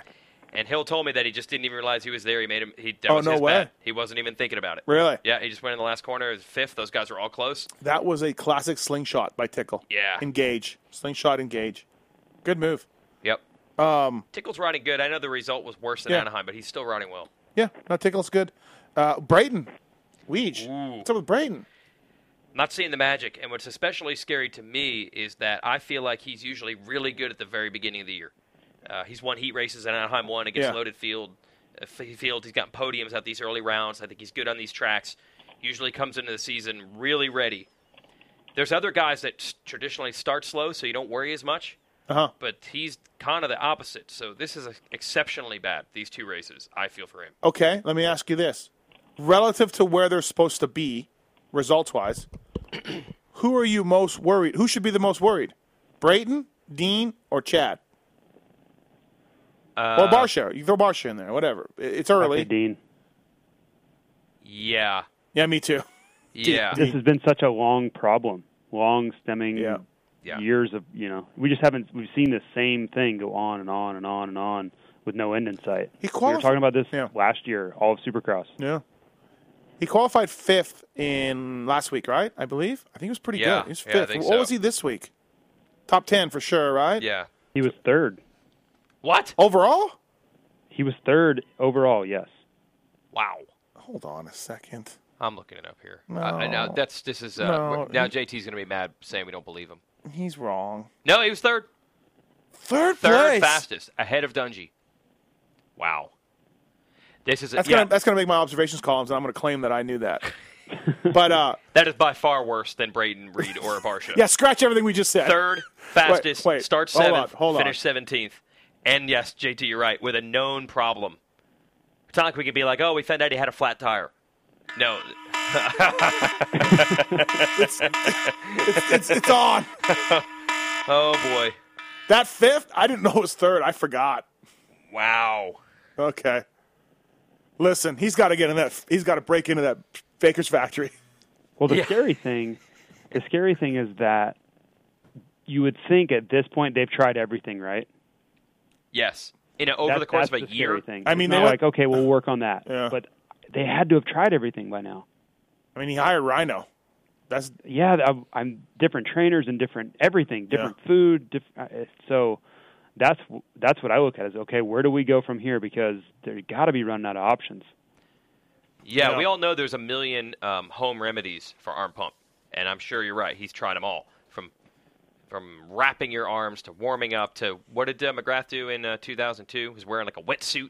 And Hill told me that he just didn't even realize he was there. He made him. He that
Oh,
was
no
his
way.
bad. He wasn't even thinking about it.
Really?
Yeah, he just went in the last corner, it was fifth. Those guys were all close.
That was a classic slingshot by Tickle.
Yeah.
Engage. Slingshot, engage. Good move.
Yep. Um, Tickle's riding good. I know the result was worse than
Yeah.
Anaheim, but he's still riding well.
Yeah, no, Tickle's good. Uh, Brayton. Weege.
Ooh.
What's up with Brayton?
Not seeing the magic, and what's especially scary to me is that I feel like he's usually really good at the very beginning of the year. Uh, he's won heat races at Anaheim one against
Yeah.
loaded field. uh, f- Field. He's gotten podiums at these early rounds. I think he's good on these tracks. Usually comes into the season really ready. There's other guys that s- traditionally start slow, so you don't worry as much.
Uh huh.
But he's kind of the opposite. So this is uh, exceptionally bad. These two races, I feel for him.
Okay, let me ask you this. Relative to where they're supposed to be, results wise, <clears throat> who are you most worried? Who should be the most worried? Brayton, Dean, or Chad?
Uh,
or Barsha. You throw Barsha in there, whatever. I- It's
Hey,
early.
Dean,
Uh, Yeah,
Yeah, me too.
yeah,
this has been such a long problem, long stemming
Yeah.
yeah.
years of you know. We just haven't. We've seen the same thing go on and on and on and on with no end in sight.
He
we were
qualified-
talking about this
yeah.
last year, all of Supercross.
Yeah. He qualified fifth in last week, right? I believe. I think it was pretty
Yeah,
good. He was
yeah, I
fifth.
think
what
so.
was he this week? Top ten for sure, right?
yeah.
He was third.
What?
Overall?
He was third overall. Yes.
Wow.
Hold on a second.
I'm looking it up here. I, I know
No.
that's this is uh,
No,
we're- now
he-
JT's gonna be mad saying we don't believe him.
He's wrong.
No, he was third,
Third,
third
place.
fastest ahead of Dungy. Wow. This is a,
That's
yeah,
gonna that's gonna make my observations columns, and I'm gonna claim that I knew that. but uh,
that is by far worse than Braden
<laughs>
Reed or Barsha.
yeah, scratch everything we just said.
Third fastest,
wait,
start
hold on,
seventh,
hold on.
finish seventeenth, and yes, JT, you're right with a known problem. It's not like we could be like, oh, we found out he had a flat tire. No,
It's, it's, it's on.
oh boy,
That fifth, I didn't know it was third. I forgot.
wow.
Okay. Listen, he's got to get in that. He's got to break into that Baker's factory.
Well, the
Yeah.
scary thing, the scary thing is that you would think at this point they've tried everything, right?
Yes, in a, over
That-
the course of
that's
a
the
year.
scary thing.
I
It's
mean,
not
they went-
like okay, we'll work on that,
Yeah.
but they had to have tried everything by now.
I mean, he hired Rhino. That's
Yeah, I'm, I'm different trainers and different everything, different food. Diff, uh, so that's that's what I look at is okay. Where do we go from here? Because they got to be running out of options.
Yeah,
Yeah.
we all know there's a million um, home remedies for arm pump, and I'm sure you're right. He's tried them all, from from wrapping your arms to warming up to what did uh, McGrath do in uh, 2002? He was wearing like a wetsuit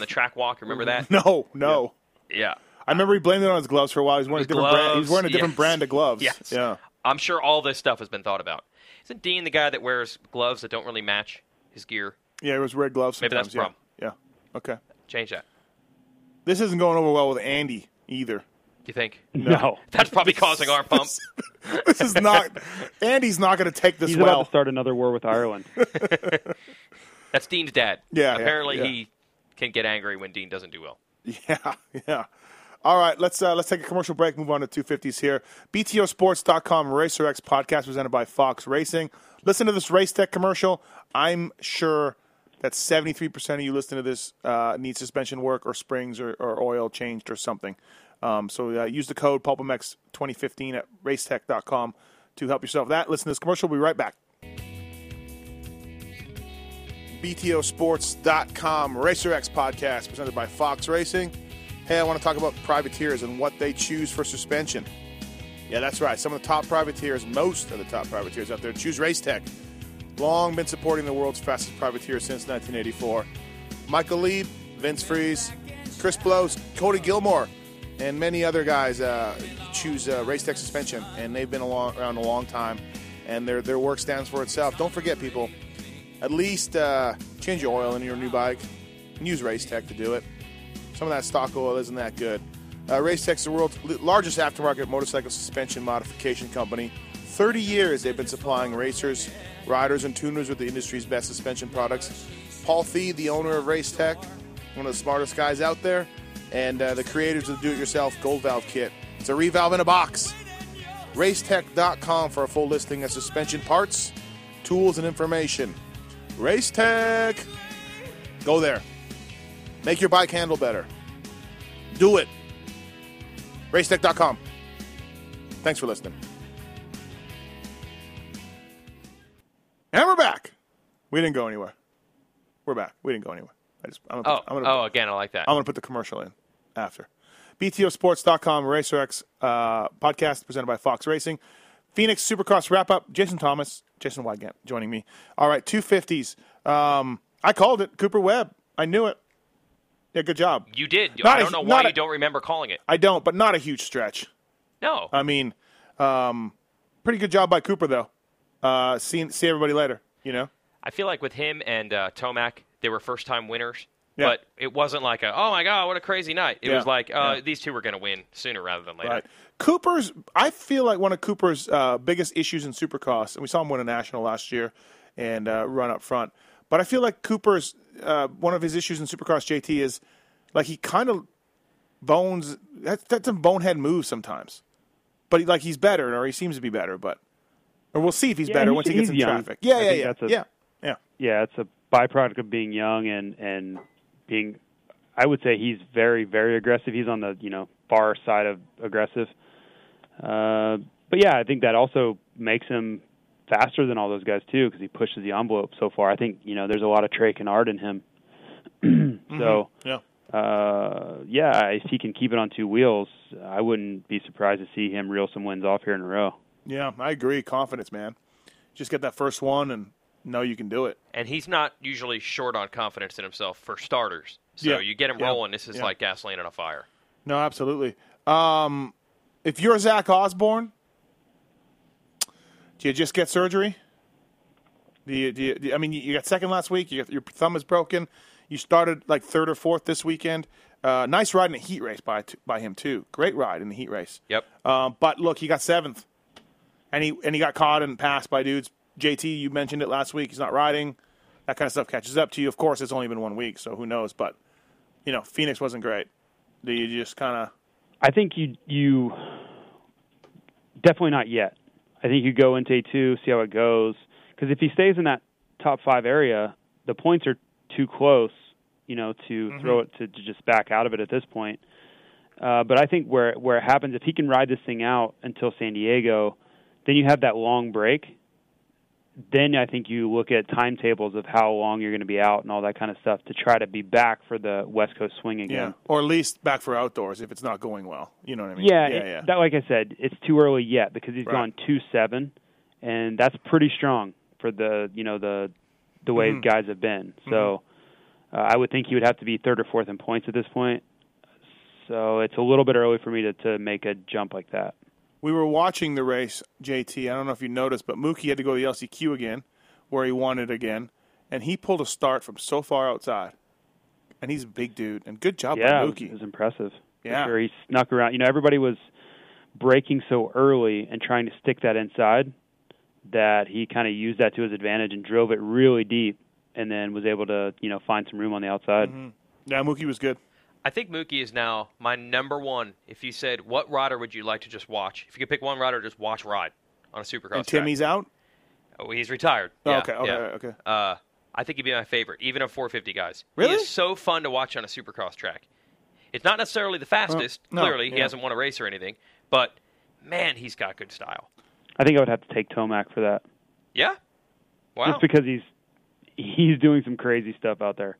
<laughs>
the track walk. Remember that?
no, no.
Yeah.
I remember he blamed it on his gloves for a while. He's wearing a
His
different brand. He's
gloves,
wearing a different
yes.
brand of gloves.
Yes.
Yeah.
I'm sure all this stuff has been thought about. Isn't Dean the guy that wears gloves that don't really match his gear?
Yeah, it was red gloves.
Maybe that's
Sometimes.
the problem.
yeah. yeah. Okay.
Change that.
This isn't going over well with Andy either. <laughs>
You think?
No,
That's probably causing arm pump.
This is not. Andy's not going to take this
<laughs> he's
well.
about to start another war with Ireland.
That's Dean's dad.
Yeah, yeah,
Apparently
yeah.
he can get angry when Dean doesn't do well.
Yeah, <laughs> yeah. All right, let's uh, let's take a commercial break. Move on to 250s here. BTOsports.com Racer X podcast presented by Fox Racing. Listen to this race tech commercial. I'm sure that 73% of you listening to this uh, need suspension work or springs or, or oil changed or something. Um, so uh, use the code PulpMX2015 at racetech.com to help yourself. with That listen to this commercial. We'll be right back. BTOsports.com RacerX podcast presented by Fox Racing. Hey, I want to talk about privateers and what they choose for suspension. Yeah, that's right. Some of the top privateers, most of the top privateers out there, choose Racetech. Long been supporting the world's fastest privateer since 1984. Michael Lieb, Vince Freeze, Chris Blows, Cody Gilmore, and many other guys uh, choose uh, Race Tech suspension, and they've been a long, around a long time, and their, their work stands for itself. Don't forget, people, at least uh, change your oil in your new bike and use Race Tech to do it. Some of that stock oil isn't that good. Uh, Race Tech's the world's l- largest aftermarket motorcycle suspension modification company. 30 years they've been supplying racers, riders, and tuners with the industry's best suspension products. Paul Thee, the owner of Race Tech, one of the smartest guys out there, and uh, the creators of the do it yourself Gold Valve Kit. It's a revalve in a box. Racetech.com for a full listing of suspension parts, tools, and information. Racetech! Go there. Make your bike handle better. Do it. Racetech.com. Thanks for listening. And we're back. We didn't go anywhere. We're back. We didn't go anywhere. I just I'm
Oh,
gonna, put, I'm gonna,
oh, again, I like that.
I'm gonna put the commercial in after. BTOsports.com RacerX uh, podcast presented by Fox Racing. Phoenix Supercross wrap up. Jason Thomas, Jason Wygant joining me. All right, two fifties. Um, I called it Cooper Webb. I knew it. Yeah, good job.
you did.
Not
I
a-
don't know why
not a-
you don't remember calling it.
I don't, but not a huge stretch.
No.
I mean, um, pretty good job by Cooper though. Uh, see see everybody later. You know.
I feel like with him and uh, Tomac, they were first time winners.
Yeah.
But it wasn't like a, oh my God, what a crazy night. It
Yeah.
was like, uh,
Yeah.
these two were going to win sooner rather than later.
Right. Cooper's, I feel like one of Cooper's uh, biggest issues in Supercross, and we saw him win a national last year and uh, run up front. But I feel like Cooper's uh, one of his issues in Supercross JT is like he kind of bones. That's that's a bonehead move sometimes, but he, like he's better, or he seems to be better. But or we'll see if he's
Yeah,
better
he's-
once he gets
he's
in
young.
traffic. Yeah,
I
yeah,
think
yeah,
that's a-
yeah, yeah.
yeah, it's a byproduct of being young and and being. I would say he's very very aggressive. He's on the you know far side of aggressive. Uh, but yeah, I think that also makes him faster than all those guys too because he pushes the envelope so far. I think you know there's a lot of Trey Kennard in him. <clears throat> so
yeah.
uh, yeah, if he can keep it on two wheels, I wouldn't be surprised to see him reel some wins off here in a row.
Yeah, I agree. Confidence, man. Just get that first one and know you can do it.
And he's not usually short on confidence in himself for starters. So
Yeah.
you get him
Yeah.
rolling. This is
Yeah.
like gasoline on a fire.
No, absolutely. Um, if you're Zach Osborne, do you just get surgery? Do you, do you, do you- I mean, you got second last week. You got, your thumb is broken. You started like third or fourth this weekend. Uh, nice ride in a heat race by by him too. Great ride in the heat race.
Yep.
Uh, but look, he got seventh, and he and he got caught and passed by dudes. JT, you mentioned it last week. He's not riding. That kind of stuff catches up to you. Of course, it's only been one week, so who knows? But you know, Phoenix wasn't great. Do you just kind of
I think you you definitely not yet. I think you go into a two, see how it goes. Because if he stays in that top five area, the points are too close, you know, to throw it to, to just back out of it at this point. Uh, but I think where where it happens, if he can ride this thing out until San Diego, then you have that long break. Then I think you look at timetables of how long you're going to be out and all that kind of stuff to try to be back for the West Coast swing again.
Yeah. Or at least back for outdoors if it's not going well. You know what I mean?
Yeah,
Yeah.
it-
yeah.
That, like I said, it's too early yet because he's
Right.
gone two seven, and that's pretty strong for the you know the the
Mm-hmm.
way guys have been. So uh, I would think he would have to be third or fourth in points at this point. So it's a little bit early for me to to make a jump like that.
we were watching the race, JT. I don't know if you noticed, but Mookie had to go to the LCQ again, where he won it again, and he pulled a start from so far outside. And he's a big dude, and good job
Yeah,
by
it was,
Mookie.
it was impressive. for
Yeah.
sure. he snuck around. You know, everybody was breaking so early and trying to stick that inside that he kind of used that to his advantage and drove it really deep, and then was able to you know find some room on the outside.
yeah, Mookie was good.
I think Mookie is now my number one. If you said, what rider would you like to just watch? If you could pick one rider, just watch ride on a supercross
and
track.
Timmy's out.
Oh, he's retired.
Oh,
Yeah,
okay, okay,
yeah.
okay.
Uh, I think he'd be my favorite, even on 450 guys.
Really?
He is so fun to watch on a supercross track. It's not necessarily the fastest.
no,
clearly, he
yeah.
hasn't won a race or anything, but man, he's got good style.
I think I would have to take Tomac for that,
Yeah. Wow.
just because he's he's doing some crazy stuff out there.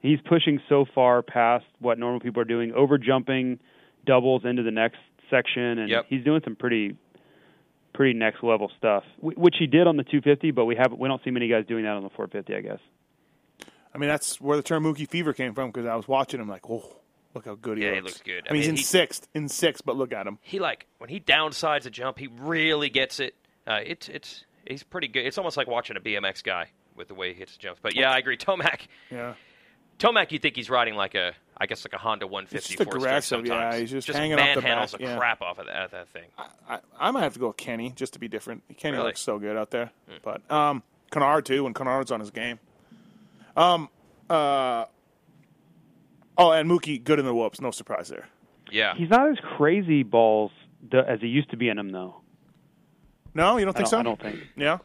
He's pushing so far past what normal people are doing, over jumping doubles into the next section, and
Yep.
he's doing some pretty pretty next level stuff, wh- which he did on the 250, but we have we don't see many guys doing that on the 450, I guess.
I mean, that's where the term Mookie fever came from because I was watching him like, oh, look how good he
Yeah,
looks.
he looks good.
I,
I
mean, he's
mean,
in
he-
sixth, in sixth, but look at him.
he like when he downsides a jump, he really gets it. Uh, it's it's he's pretty good. It's almost like watching a BMX guy with the way he hits jumps. But yeah, I agree. Tomac,
Yeah,
Tomac, you think he's riding like a I guess like a Honda 150
He's just
force gear
aggressive, yeah,
sometimes.
he's just hanging off the
manhandles
back,
the
yeah.
crap off of that, of that thing.
I, I might have to go with Kenny just to be different. Kenny
Really? Hmm.
looks so good out there, but um, Kennard too. When Kennard's on his game, um, uh, oh, and Mookie good in the whoops, no surprise there.
Yeah.
He's not as crazy balls th- as he used to be in him, though.
No, you don't
I
think
don't,
so?
I don't think.
Yeah,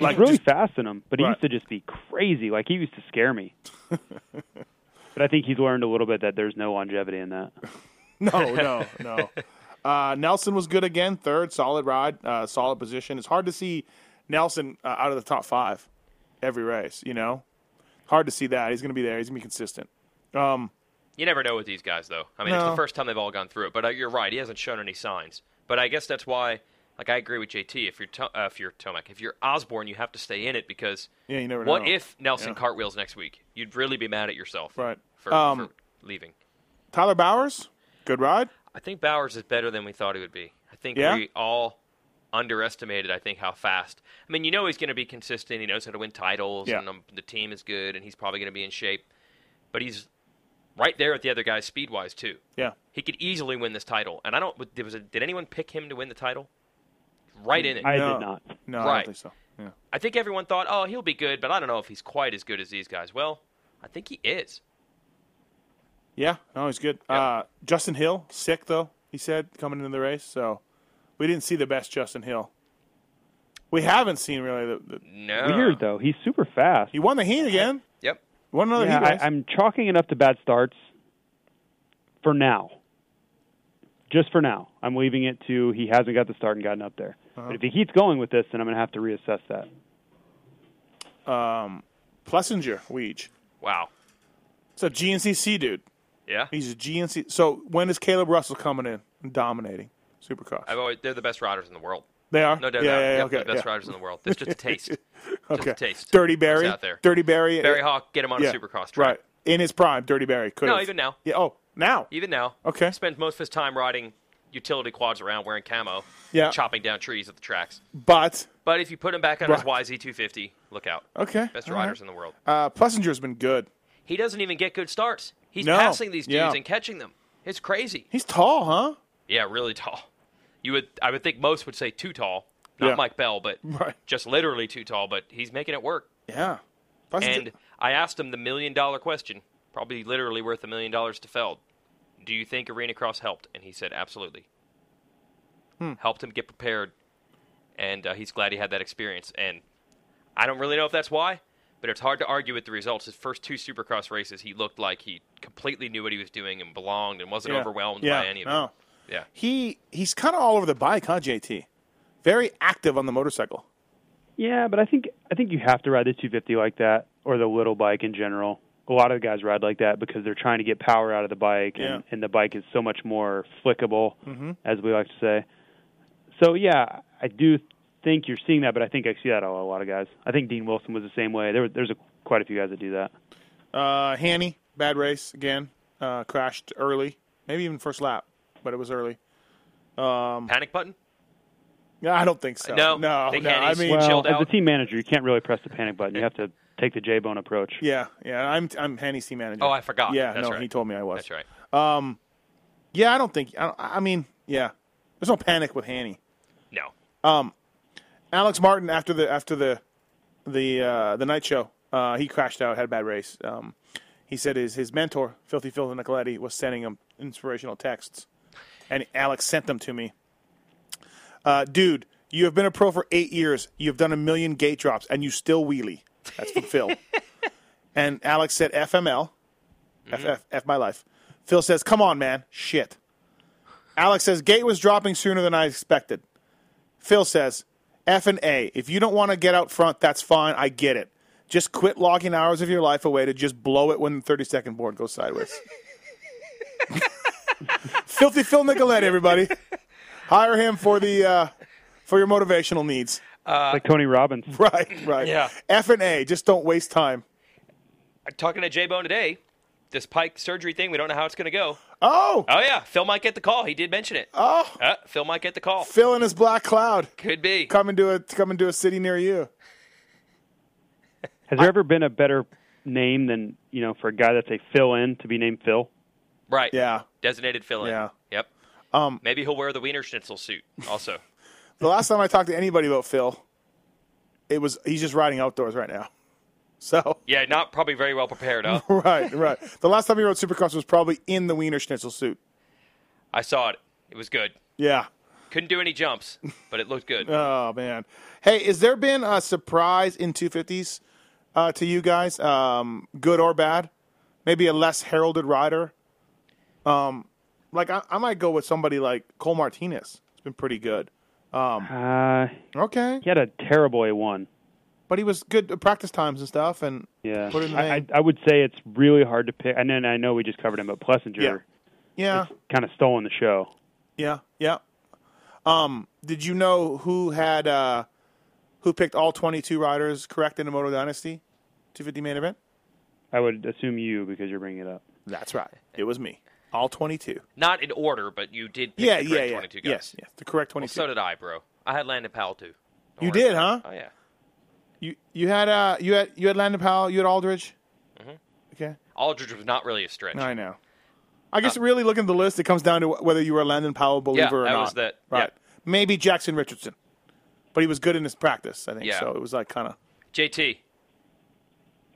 Like,
really
just-
fast in him, but he
Right.
used to just be crazy. Like he used to scare
<laughs>
me. but I think he's learned a little bit that there's no longevity in that.
<laughs> no, no, no. Uh, Nelson was good again. Third, solid ride, uh, solid position. It's hard to see Nelson uh, out of the top five every race. You know, hard to see that. He's going to be there. He's going to be consistent.
You never know with these guys, though. I mean, it's
No.
the first time they've all gone through it. But uh, you're right; he hasn't shown any signs. But I guess that's why, like, I agree with JT. If you're to- uh, if you're Tomac, if you're Osborne, you have to stay in it because
Yeah, you never
what
know.
if Nelson
Yeah.
cartwheels next week? You'd really be mad at yourself,
Right.
For,
Um,
for leaving.
Tyler Bowers, good ride.
I think Bowers is better than we thought he would be. I think
Yeah?
we all underestimated. I think how fast. I mean, you know he's going to be consistent. He knows how to win titles,
Yeah.
and um, the team is good, and he's probably going to be in shape. But he's right there at the other guys speed wise too.
Yeah,
He could easily win this title, and I don't. Did, was it, did anyone pick him to win the title? Right in it.
I
I,
No.
did not.
no, I don't
Right.
think so. Yeah.
think everyone thought, oh, he'll be good, but I don't know if he's quite as good as these guys. Well, I think he is.
Yeah, no, he's good. Uh, Justin Hill, sick though, he said coming into the race, so we didn't see the best Justin Hill. We haven't seen really the. the
No.
Weird though. He's super fast.
Uh, he won the heat again.
Yep.
Won another
yeah,
heat race.
I, I'm chalking it up to bad starts for now. Just for now, I'm leaving it to he hasn't got the start and gotten up there.
Uh-huh.
But if he keeps going with this, then I'm going to have to reassess that.
Plessinger, Weege.
Wow.
It's a GNCC dude.
Yeah.
He's a GNC. So when is Caleb Russell coming in and dominating Supercross?
I've always, they're the best riders in the world.
they are.
No doubt.
Yeah,
about it.
yeah, yeah,
Yep,
okay,
the best
yeah.
riders in the world. That's just
<laughs>
a taste. Just
Okay.
a taste.
Dirty Barry.
He's out there.
Dirty Barry.
Barry Hawk, get him on
Yeah.
a supercross track.
Right. In his prime, Dirty Barry could.
No, even now.
Yeah. Oh, now.
Even now.
Okay.
Spends most of his time riding utility quads around wearing camo,
Yeah.
chopping down trees at the tracks.
But
But if you put him back on
Right.
his YZ250, look out.
okay.
Best
all right.
riders in the world.
Uh, Plessinger's been good.
He doesn't even get good starts. He's
No.
passing these dudes
Yeah.
and catching them. It's crazy.
He's tall, huh? <laughs>
Yeah, really tall. You would I would think most would say too tall. Not
Yeah.
Mike Bell, but
<laughs> Right.
just literally too tall, but he's making it work.
Yeah. Plessinger.
And I asked him the million dollar question, probably literally worth a million dollars to Feld. Do you think Arena Cross helped? And he said, absolutely.
Hmm.
Helped him get prepared, and uh, he's glad he had that experience. And I don't really know if that's why, but it's hard to argue with the results. His first two Supercross races, he looked like he completely knew what he was doing and belonged and wasn't
Yeah.
overwhelmed
Yeah,
by any of
no.
it. Yeah.
He he's kind of all over the bike, huh? JT. Very active on the motorcycle.
Yeah, but I think I think you have to ride the 250 like that or the little bike in general. A lot of guys ride like that because they're trying to get power out of the bike, and,
Yeah.
and the bike is so much more flickable,
Mm-hmm.
as we like to say. So yeah, I do think you're seeing that, but I think I see that on a lot of guys. I think Dean Wilson was the same way. There, were- there's a, quite a few guys that do that.
Uh, Hanny, bad race again. Uh, crashed early, maybe even first lap, but it was early.
Panic button?
No, I don't think so.
No,
no,
I think
no, I
Hanny's-
mean,
Well-
Well,
chilled
as
out.
a team manager, you can't really press the panic button. You have to take the J-bone approach.
yeah, yeah. I'm I'm Hanny's team manager.
Oh, I forgot.
Yeah,
That's
no,
right.
he told me I was.
That's right.
Yeah, I don't think. I, don't, I mean, yeah. There's no panic with Hanny.
No.
Alex Martin after the after the the uh, the night show, uh, he crashed out, had a bad race. Um, he said his his mentor, Filthy Phil Nicoletti, was sending him inspirational texts, and Alex sent them to me. Uh, dude, you have been a pro for eight years. You've done a million gate drops, and you still wheelie. That's from Phil. And Alex said, "FML, F, F, F my life." Phil says, "Come on, man, shit." Alex says, "Gate was dropping sooner than I expected." Phil says, F and A. If you don't want to get out front, that's fine. I get it. Just quit logging hours of your life away to just blow it when the 30 second board goes sideways. <laughs> Filthy Phil Nicoletti, everybody. Hire him for the uh, for your motivational needs. <laughs>
Uh,
like Tony Robbins.
Right, right.
Yeah.
F and A. Just don't waste time.
Talking to J Bone today, this Pike surgery thing, we don't know how it's going to go.
Oh,
Oh yeah, Phil might get the call. He did mention it.
oh.
Uh, Phil might get the call.
Phil and his black cloud
Could be.
coming to a coming to a city near you.
Has there ever been a better name than you know for a guy that's a fill-in to be named Phil?
Right.
Yeah.
Designated fill in.
Yeah.
Yep.
Um,
Maybe he'll wear the Wiener Schnitzel suit also.
The last time I talked to anybody about Phil, it was he's just riding outdoors right now. So
yeah, not probably very well
<laughs>
prepared, huh?
right, right. The last time he rode Supercross was probably in the Wiener Schnitzel suit.
I saw it. It was good.
Yeah.
Couldn't do any jumps, but it
<laughs>
looked good.
Oh man. Hey, has there been a surprise in 250s uh, to you guys, um, good or bad? Maybe a less heralded rider. Um, like I, I might go with somebody like Cole Martinez. It's been pretty good.
Uh,
Okay,
he had a terrible A1.
but he was good at practice times and stuff, and
Yeah,
Put it in the
I, I,
name.
I would say it's really hard to pick. And then I know we just covered him, but Plessinger
Yeah. Uh-huh. yeah,
kind of stolen the show.
yeah, yeah. Um, did you know who had uh, who picked all 22 riders correct in the Moto Dynasty 250 main event?
I would assume you because you're bringing it up.
That's right. It was me. All 22.
Not in order, but you did pick
Yeah,
the
yeah,
correct
yeah.
22 guys.
Yes, yes. The correct 22.
Well, so did I, bro. I had Landon Powell too. Don't
You
worry
did,
about it.
huh?
Oh yeah.
You you had uh you had you had Landon Powell, you had Aldridge.
Mm-hmm.
Okay,
Aldridge was not really a stretch.
I know. I guess really looking at the list, it comes down to wh- whether you were a Landon Powell believer
Uh,
or
Yeah, that
not.
was that-
right? Maybe Jackson Richardson, but he was good in his practice, I think.
Yeah.
So it was like kind of
JT,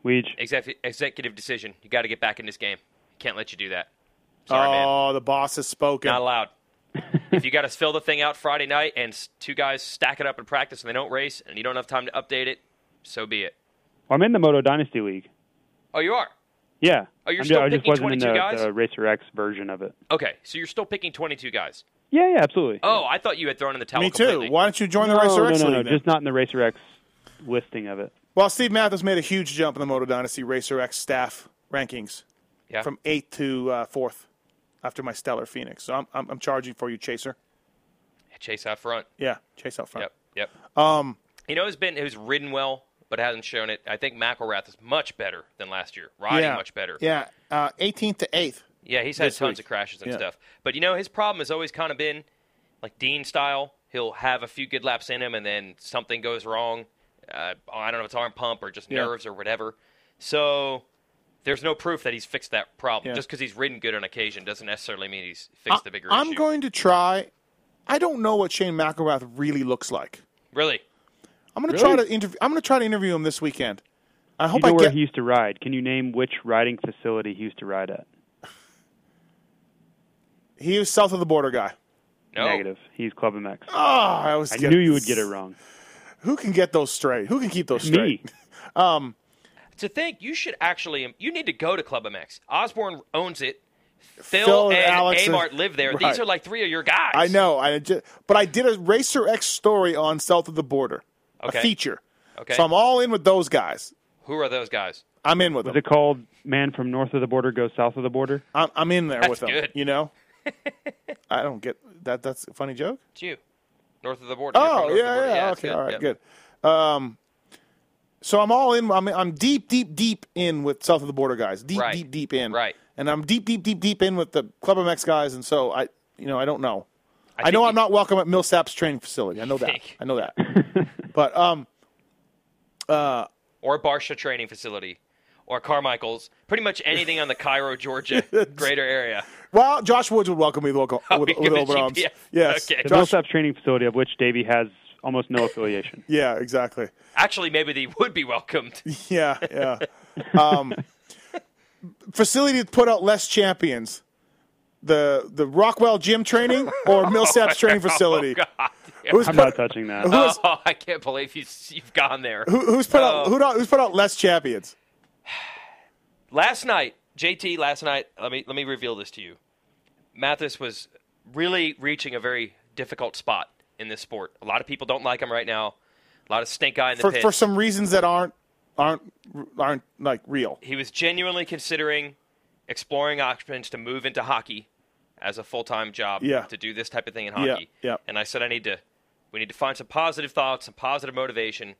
Weege,
exec- executive decision. You got to get back in this game. Can't let you do that. Sorry, man.
oh, the boss has spoken.
Not allowed. if you got to fill the thing out Friday night and s- two guys stack it up in practice and they don't race and you don't have time to update it, so be it.
I'm in the Moto Dynasty League.
Oh, you are.
Yeah.
Oh, you're
I'm
still
ju- I just
picking
wasn't in
22
the,
guys?
the Racer X version of it.
Okay, so you're still picking 22 guys.
Yeah, yeah, absolutely.
Oh, I thought you had thrown in the towel.
Me too.
completely.
Why don't you join the
no,
Racer
no,
X
no,
League?
no,
then? Oh,
just not in the Racer X listing of it.
Well, Steve Mathis made a huge jump in the Moto Dynasty Racer X staff rankings
Yeah.
from eighth to uh, fourth after my stellar Phoenix. So I'm, I'm I'm charging for you, Chaser.
Chase out front.
Yeah, Chase out front.
Yep. Yep. Um, you know, who's been who's ridden well, but hasn't shown it. I think McElrath is much better than last year. Riding
yeah.
much better.
Yeah, uh, 18th to 8th.
Yeah, he's had
This
tons
week.
of crashes and
Yeah.
stuff. But you know, his problem has always kind of been like Dean style. He'll have a few good laps in him, and then something goes wrong. Uh, I don't know, it's arm pump or just
Yeah.
nerves or whatever. So there's no proof that he's fixed that problem.
Yeah.
Just because he's ridden good on occasion doesn't necessarily mean he's fixed the bigger
I'm
issue.
going to try. I don't know what Shane McElrath really looks like.
really.
I'm going to
Really?
try to interview. I'm going to try to interview him this weekend. I
You
hope
know
I
where
get.
he used to ride. Can you name which riding facility he used to ride at?
he was south of the border guy.
No.
Negative. He's Club MX.
Oh, I always.
I
get-
knew you would get it wrong.
Who can get those straight? Who can keep those
Me.
straight? <laughs> Um,
To think you should actually um, you need to go to Club MX. Osborne owns it. Phil,
Phil and
and
Alex and-
Amart live there.
Right.
These are like three of your guys.
I know. I just, but I did a Racer X story on South of the Border,
Okay.
a feature.
Okay.
So I'm all in with those guys.
Who are those guys?
I'm in with
Was
them.
it called Man from North of the Border Goes South of the Border?
I'm, I'm in there with them.
good.
You
<laughs>
know. I don't get that. That's a funny joke.
It's you. North of the border. You're from
Oh
north of the
yeah,
border.
yeah,
it's
Okay, all right,
Yep.
good. Um, so I'm all in. I'm I'm deep, deep, deep in with south of the border guys. Deep,
Right.
deep, deep in.
Right.
And I'm deep, deep, deep, deep in with the Club MX guys. And so I, you know, I don't know. I, know
think
I'm
you-
not welcome at Millsap's training facility. I know
<laughs>
that.
Think.
I know that. but um,
Or Barsha Training Facility, or Carmichael's. Pretty much anything on
<laughs>
the Cairo, Georgia greater area.
well, Josh Woods would welcome me with welcome,
<laughs> Oh,
with,
you
with
give a
open arms.
GPS.
Yes.
Okay.
The
Josh-
Millsaps training facility of which Davey has almost no
<laughs>
affiliation.
yeah. Exactly.
Actually, maybe they would be welcomed.
Yeah, yeah. Um, facility that put out less champions. The the Rockwell gym training
<laughs>
or Millsaps training facility.
Oh, God, damn.
who's
I'm
put,
not touching that. Uh,
who's,
<laughs> Oh, I can't believe you, you've gone there.
who- who's put
Oh.
out who don't- who's put out less champions?
last night, JT, last night, let me let me reveal this to you. Mathis was really reaching a very difficult spot in this sport. A lot of people don't like him right now. A lot of stink eye in the
For
pit.
for some reasons that aren't aren't aren't like real.
he was genuinely considering exploring options to move into hockey as a full-time job
Yeah.
to do this type of thing in
Yeah,
hockey.
yeah.
And I said I need to we need to find some positive thoughts, some positive motivation.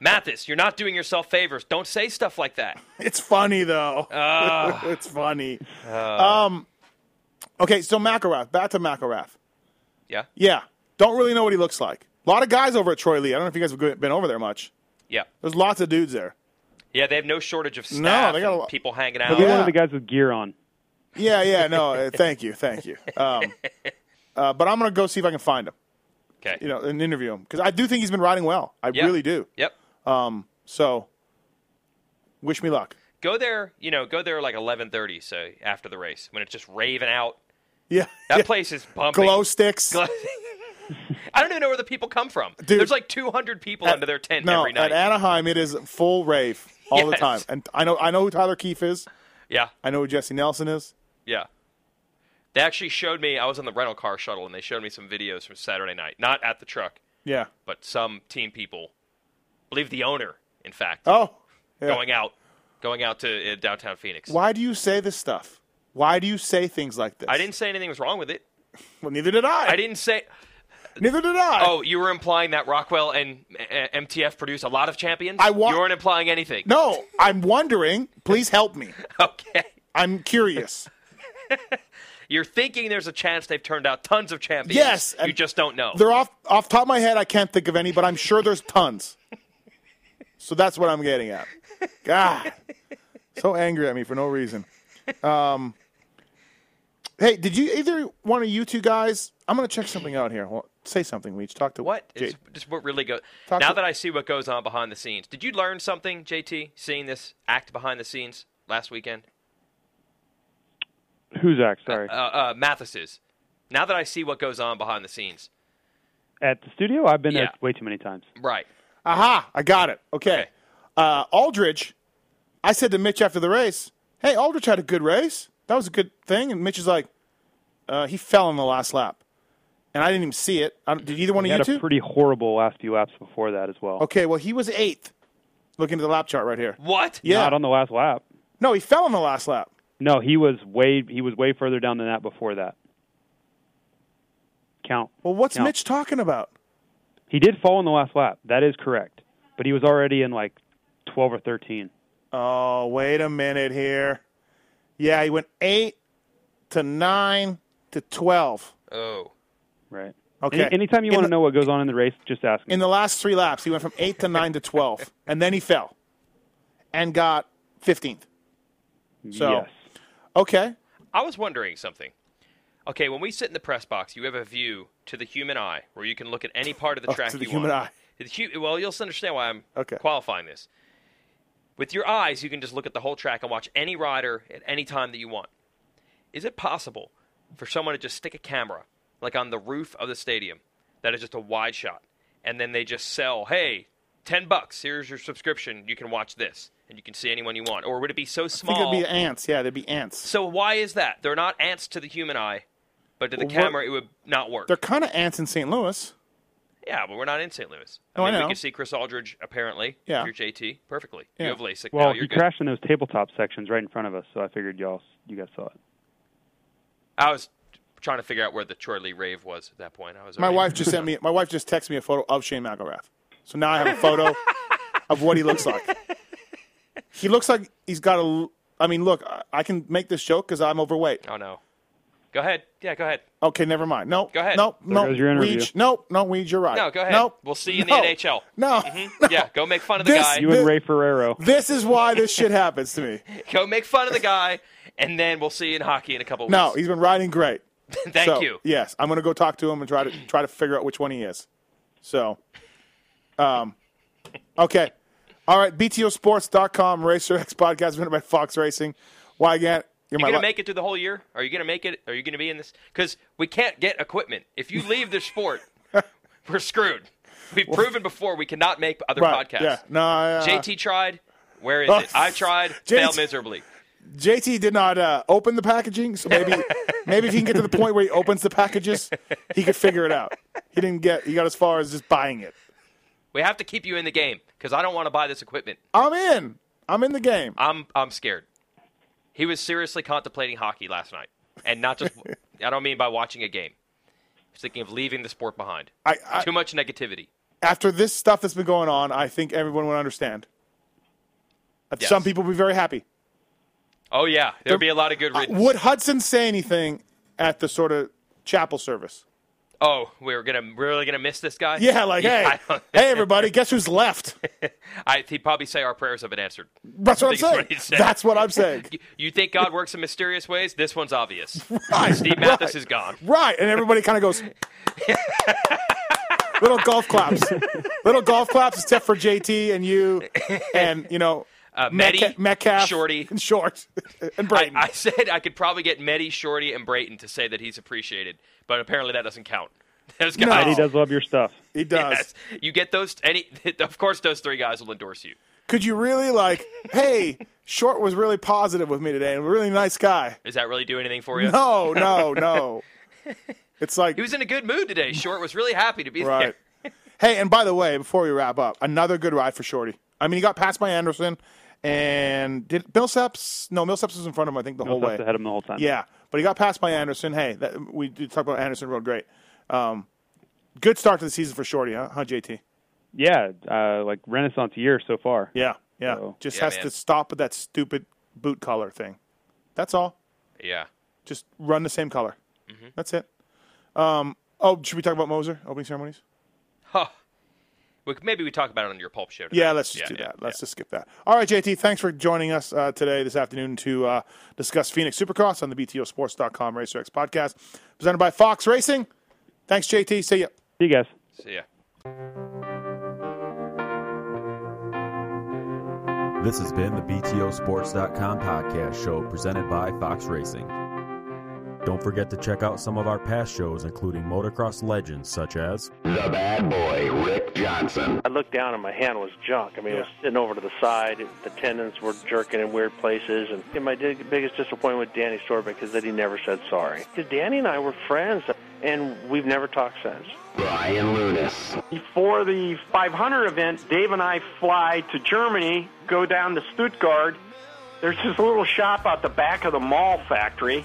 Mathis, you're not doing yourself favors. Don't say stuff like that.
It's funny
<laughs>
though.
Ah.
<laughs> it's funny. um Okay, so McElrath, back to McElrath.
Yeah.
Yeah. Don't really know what he looks like. A lot of guys over at Troy Lee. I don't know if you guys have go- been over there much.
Yeah.
There's lots of dudes there.
Yeah, they have no shortage of staff
they got a
and
lot-
people hanging
He'll
out.
be
Yeah.
one of the guys with gear on.
Yeah, yeah, no.
<laughs>
uh, thank you, thank you. Um, uh, but I'm gonna go see if I can find him,
Okay.
you know, and interview him because I do think he's been riding well. I
Yeah.
really do.
Yep.
So, wish me luck.
Go there, you know, go there like 11:30 so after the race when it's just raving out.
Yeah, <laughs>
That
yeah.
place is bumping.
glow sticks.
Glo- <laughs> I don't even know where the people come from.
Dude.
There's like 200 people under their tent
no,
every night.
at Anaheim it is full rave all the
Yes.
time. And I know I know who Tyler Keefe is.
yeah,
I know who Jesse Nelson is.
yeah. They actually showed me. I was on the rental car shuttle, and they showed me some videos from Saturday night. Not at the truck,
Yeah.
but some team people, I believe the owner, in fact,
Oh. Yeah.
going out, going out to uh, downtown Phoenix.
Why do you say this stuff? Why do you say things like this?
I didn't say anything was wrong with it.
Well, neither did I.
I didn't say.
Neither did I.
Oh, you were implying that Rockwell and uh, MTF produce a lot of champions.
I wa-
You weren't implying anything.
No, I'm wondering. Please help me.
<laughs> Okay.
I'm curious.
You're thinking there's a chance they've turned out tons of champions.
Yes,
You
and
just don't know.
They're off off top of my head. I can't think of any, but I'm sure there's tons. So that's what I'm getting at. God, so angry at me for no reason. Um, hey, did you either one of you two guys? I'm gonna check something out here. Well, say something. We each talk to
What?
Jade.
It's just what really goes.
Talk
now
to-
that I see what goes on behind the scenes, did you learn something, JT, seeing this act behind the scenes last weekend?
Who's Zach? Sorry.
Uh, uh, Mathis's. Now that I see what goes on behind the scenes.
At the studio, I've been
yeah.
there way too many times.
Right.
Aha! I got it. Okay.
Okay.
Uh, Aldridge, I said to Mitch after the race, "Hey, Aldridge had a good race. That was a good thing." And Mitch is like, uh, "He fell on the last lap," and I didn't even see it. I don't, did either one
He
of
had
you
a
two?
pretty horrible last few laps before that as well.
Okay, well, he was eighth. Looking at the lap chart right here.
What?
Yeah.
Not on the last lap.
No, he fell on the last lap.
No, he was way he was way further down than that before that. Count.
Well, what's
No.
Mitch talking about?
He did fall on the last lap. That is correct. But he was already in like 12 or 13.
Oh, wait a minute here. Yeah, he went eight to nine to 12.
Oh.
Right.
Okay.
Any, anytime you
In
want
the-
to know what goes on in the race, just ask me.
In the last three laps, he went from
<laughs>
eight to nine to 12, and then he fell and got 15th. so-
Yes.
Okay.
I was wondering something. Okay, when we sit in the press box, you have a view to the human eye where you can look at any part of the
Oh,
track
to the
you
human eye.
want. To the hu- well, you'll understand why I'm
Okay.
qualifying this. With your eyes, you can just look at the whole track and watch any rider at any time that you want. Is it possible for someone to just stick a camera, like on the roof of the stadium, that is just a wide shot, and then they just sell, hey, 10 bucks, here's your subscription, you can watch this, and you can see anyone you want? Or would it be so
I think
small?
it'd be ants. Yeah, they'd be ants.
So why is that? They're not ants to the human eye, but to the
Well, we're-
camera it would not work.
They're kind of ants in St. Louis.
Yeah, but we're not in St. Louis.
No, Oh, I
mean,
know.
we can see Chris Aldridge apparently.
Yeah.
You're JT perfectly.
Yeah.
You have LASIK.
Well,
now
he
you're good.
crashed in those tabletop sections right in front of us, so I figured y'all you guys saw it.
I was trying to figure out where the Troy Lee rave was at that point. I was
My
already-
wife just sent me. My wife just texted me a photo of Shane McElrath. So now I have a
<laughs>
photo of what he looks like. He looks like he's got a. l- I mean, look, I- I can make this joke because I'm overweight.
<laughs> Oh no. Go ahead. Yeah, go ahead.
Okay, never mind. No,
Go ahead.
No,
There
no,
goes your interview.
Weege. No, no, Weege, you're right.
No, go ahead.
Nope.
We'll see you in
No.
the NHL.
<laughs> No,
Mm-hmm. Yeah, go make fun of the
This-
guy.
You
The-
and Ray
<laughs>
Ferrero.
this is why this shit happens to
<laughs>
me.
Go make fun of the guy, and then we'll see you in hockey in a couple
No,
weeks. <laughs>
he's been riding great.
Thank
So,
you.
Yes, I'm gonna go talk to him and try to try to figure out which one he is. So, um, okay, all right. BTOsports.com Racer X podcast presented by Fox Racing. Why again? You're
You
my
gonna
li-
make it through the whole year? Are you gonna make it? Are you gonna be in this? Because we can't get equipment. If you leave
<laughs>
the sport, we're screwed. We've proven before we cannot make other
right,
podcasts.
Yeah, no. uh,
JT tried. Where is
Oh,
it? I tried.
JT.
Failed miserably.
JT did not uh, open the packaging, so
<laughs>
maybe maybe if he can get to the point where he opens the packages, he could figure it out. He didn't get. He got as far as just buying it.
We have to keep you in the game because I don't want to buy this equipment.
I'm in. I'm in the game.
I'm I'm scared. He was seriously contemplating hockey last night, and
<laughs>
not just. I don't mean by watching a game. He's thinking of leaving the sport behind.
I, I
Too much negativity.
after this stuff that's been going on, I think everyone would understand. I think
Yes.
Some people would be very happy.
Oh yeah, there'd be a lot of good riddance.
Would Hudson say anything at the sort of chapel service?
oh, we are gonna really gonna miss this guy.
Yeah, like
Yeah, I
hey,
don't-
hey everybody, guess who's left?
I, he'd probably say our prayers have been answered.
That's what I'm
Think it's what
saying.
he said.
That's what I'm
<laughs>
saying.
You, you think God works in mysterious ways? This one's obvious.
<laughs> Right,
Steve Mathis
right.
is gone.
Right, and everybody kind of goes.
<laughs>
little golf claps, little golf claps, except for JT and you, and you know
Uh,
Metca-
Medi,
Metcalf,
Shorty.
and Short, <laughs> and
I,
Brayton.
I said I could probably get Meddy, Shorty, and Brayton to say that he's appreciated, but apparently that doesn't count. <laughs> Those
No.
guys.
Eddie does love your stuff.
He does.
<laughs> Yes. You get those. Any, <laughs> of course, those three guys will endorse you.
Could you really like? Hey, Short was really positive with me today, and a really nice guy.
Does that really do anything for you?
<laughs> No, no, no. It's like
He was in a good mood today. Short was really happy to be
<laughs>
<laughs>
right. Hey, and by the way, before we wrap up, another good ride for Shorty. I mean, he got passed by Anderson, and did Millsaps? No, Millsaps was in front of him. I think the whole
That's
way.
ahead of him the whole time.
Yeah, but he got passed by Anderson. Hey, that, we did talk about Anderson rode great. Um, good start to the season for Shorty, huh? Huh, JT?
yeah, uh, like Renaissance year so far.
Yeah, yeah.
So-
Just
Yeah,
has
man.
to stop with that stupid boot color thing. That's all.
there. Yeah.
Just run the same color.
Mm-hmm.
That's it. Um, oh, should we talk about Moser opening ceremonies?
Huh. We, could- maybe we talk about it on your pulp show. Today.
Yeah, let's just do
Yeah, yeah,
that. Let's just skip that. All right, JT, thanks for joining us uh, today, this afternoon, to uh, discuss Phoenix Supercross on the BTOsports.com RacerX podcast, presented by Fox Racing. Thanks, JT. See ya.
See you guys.
See ya.
This has been the BTOsports.com podcast show presented by Fox Racing. Don't forget to check out some of our past shows, including motocross legends such as
The bad boy, Rick Johnson.
I looked down and my hand was junk. I mean, it was sitting over to the side. The tendons were jerking in weird places. And, and my dig- biggest disappointment with Danny Sorbick is that he never said sorry. 'Cause Danny and I were friends, and we've never talked since.
Brian Lunas.
Before the 500 event, Dave and I fly to Germany, go down to Stuttgart. There's this little shop out the back of the mall factory.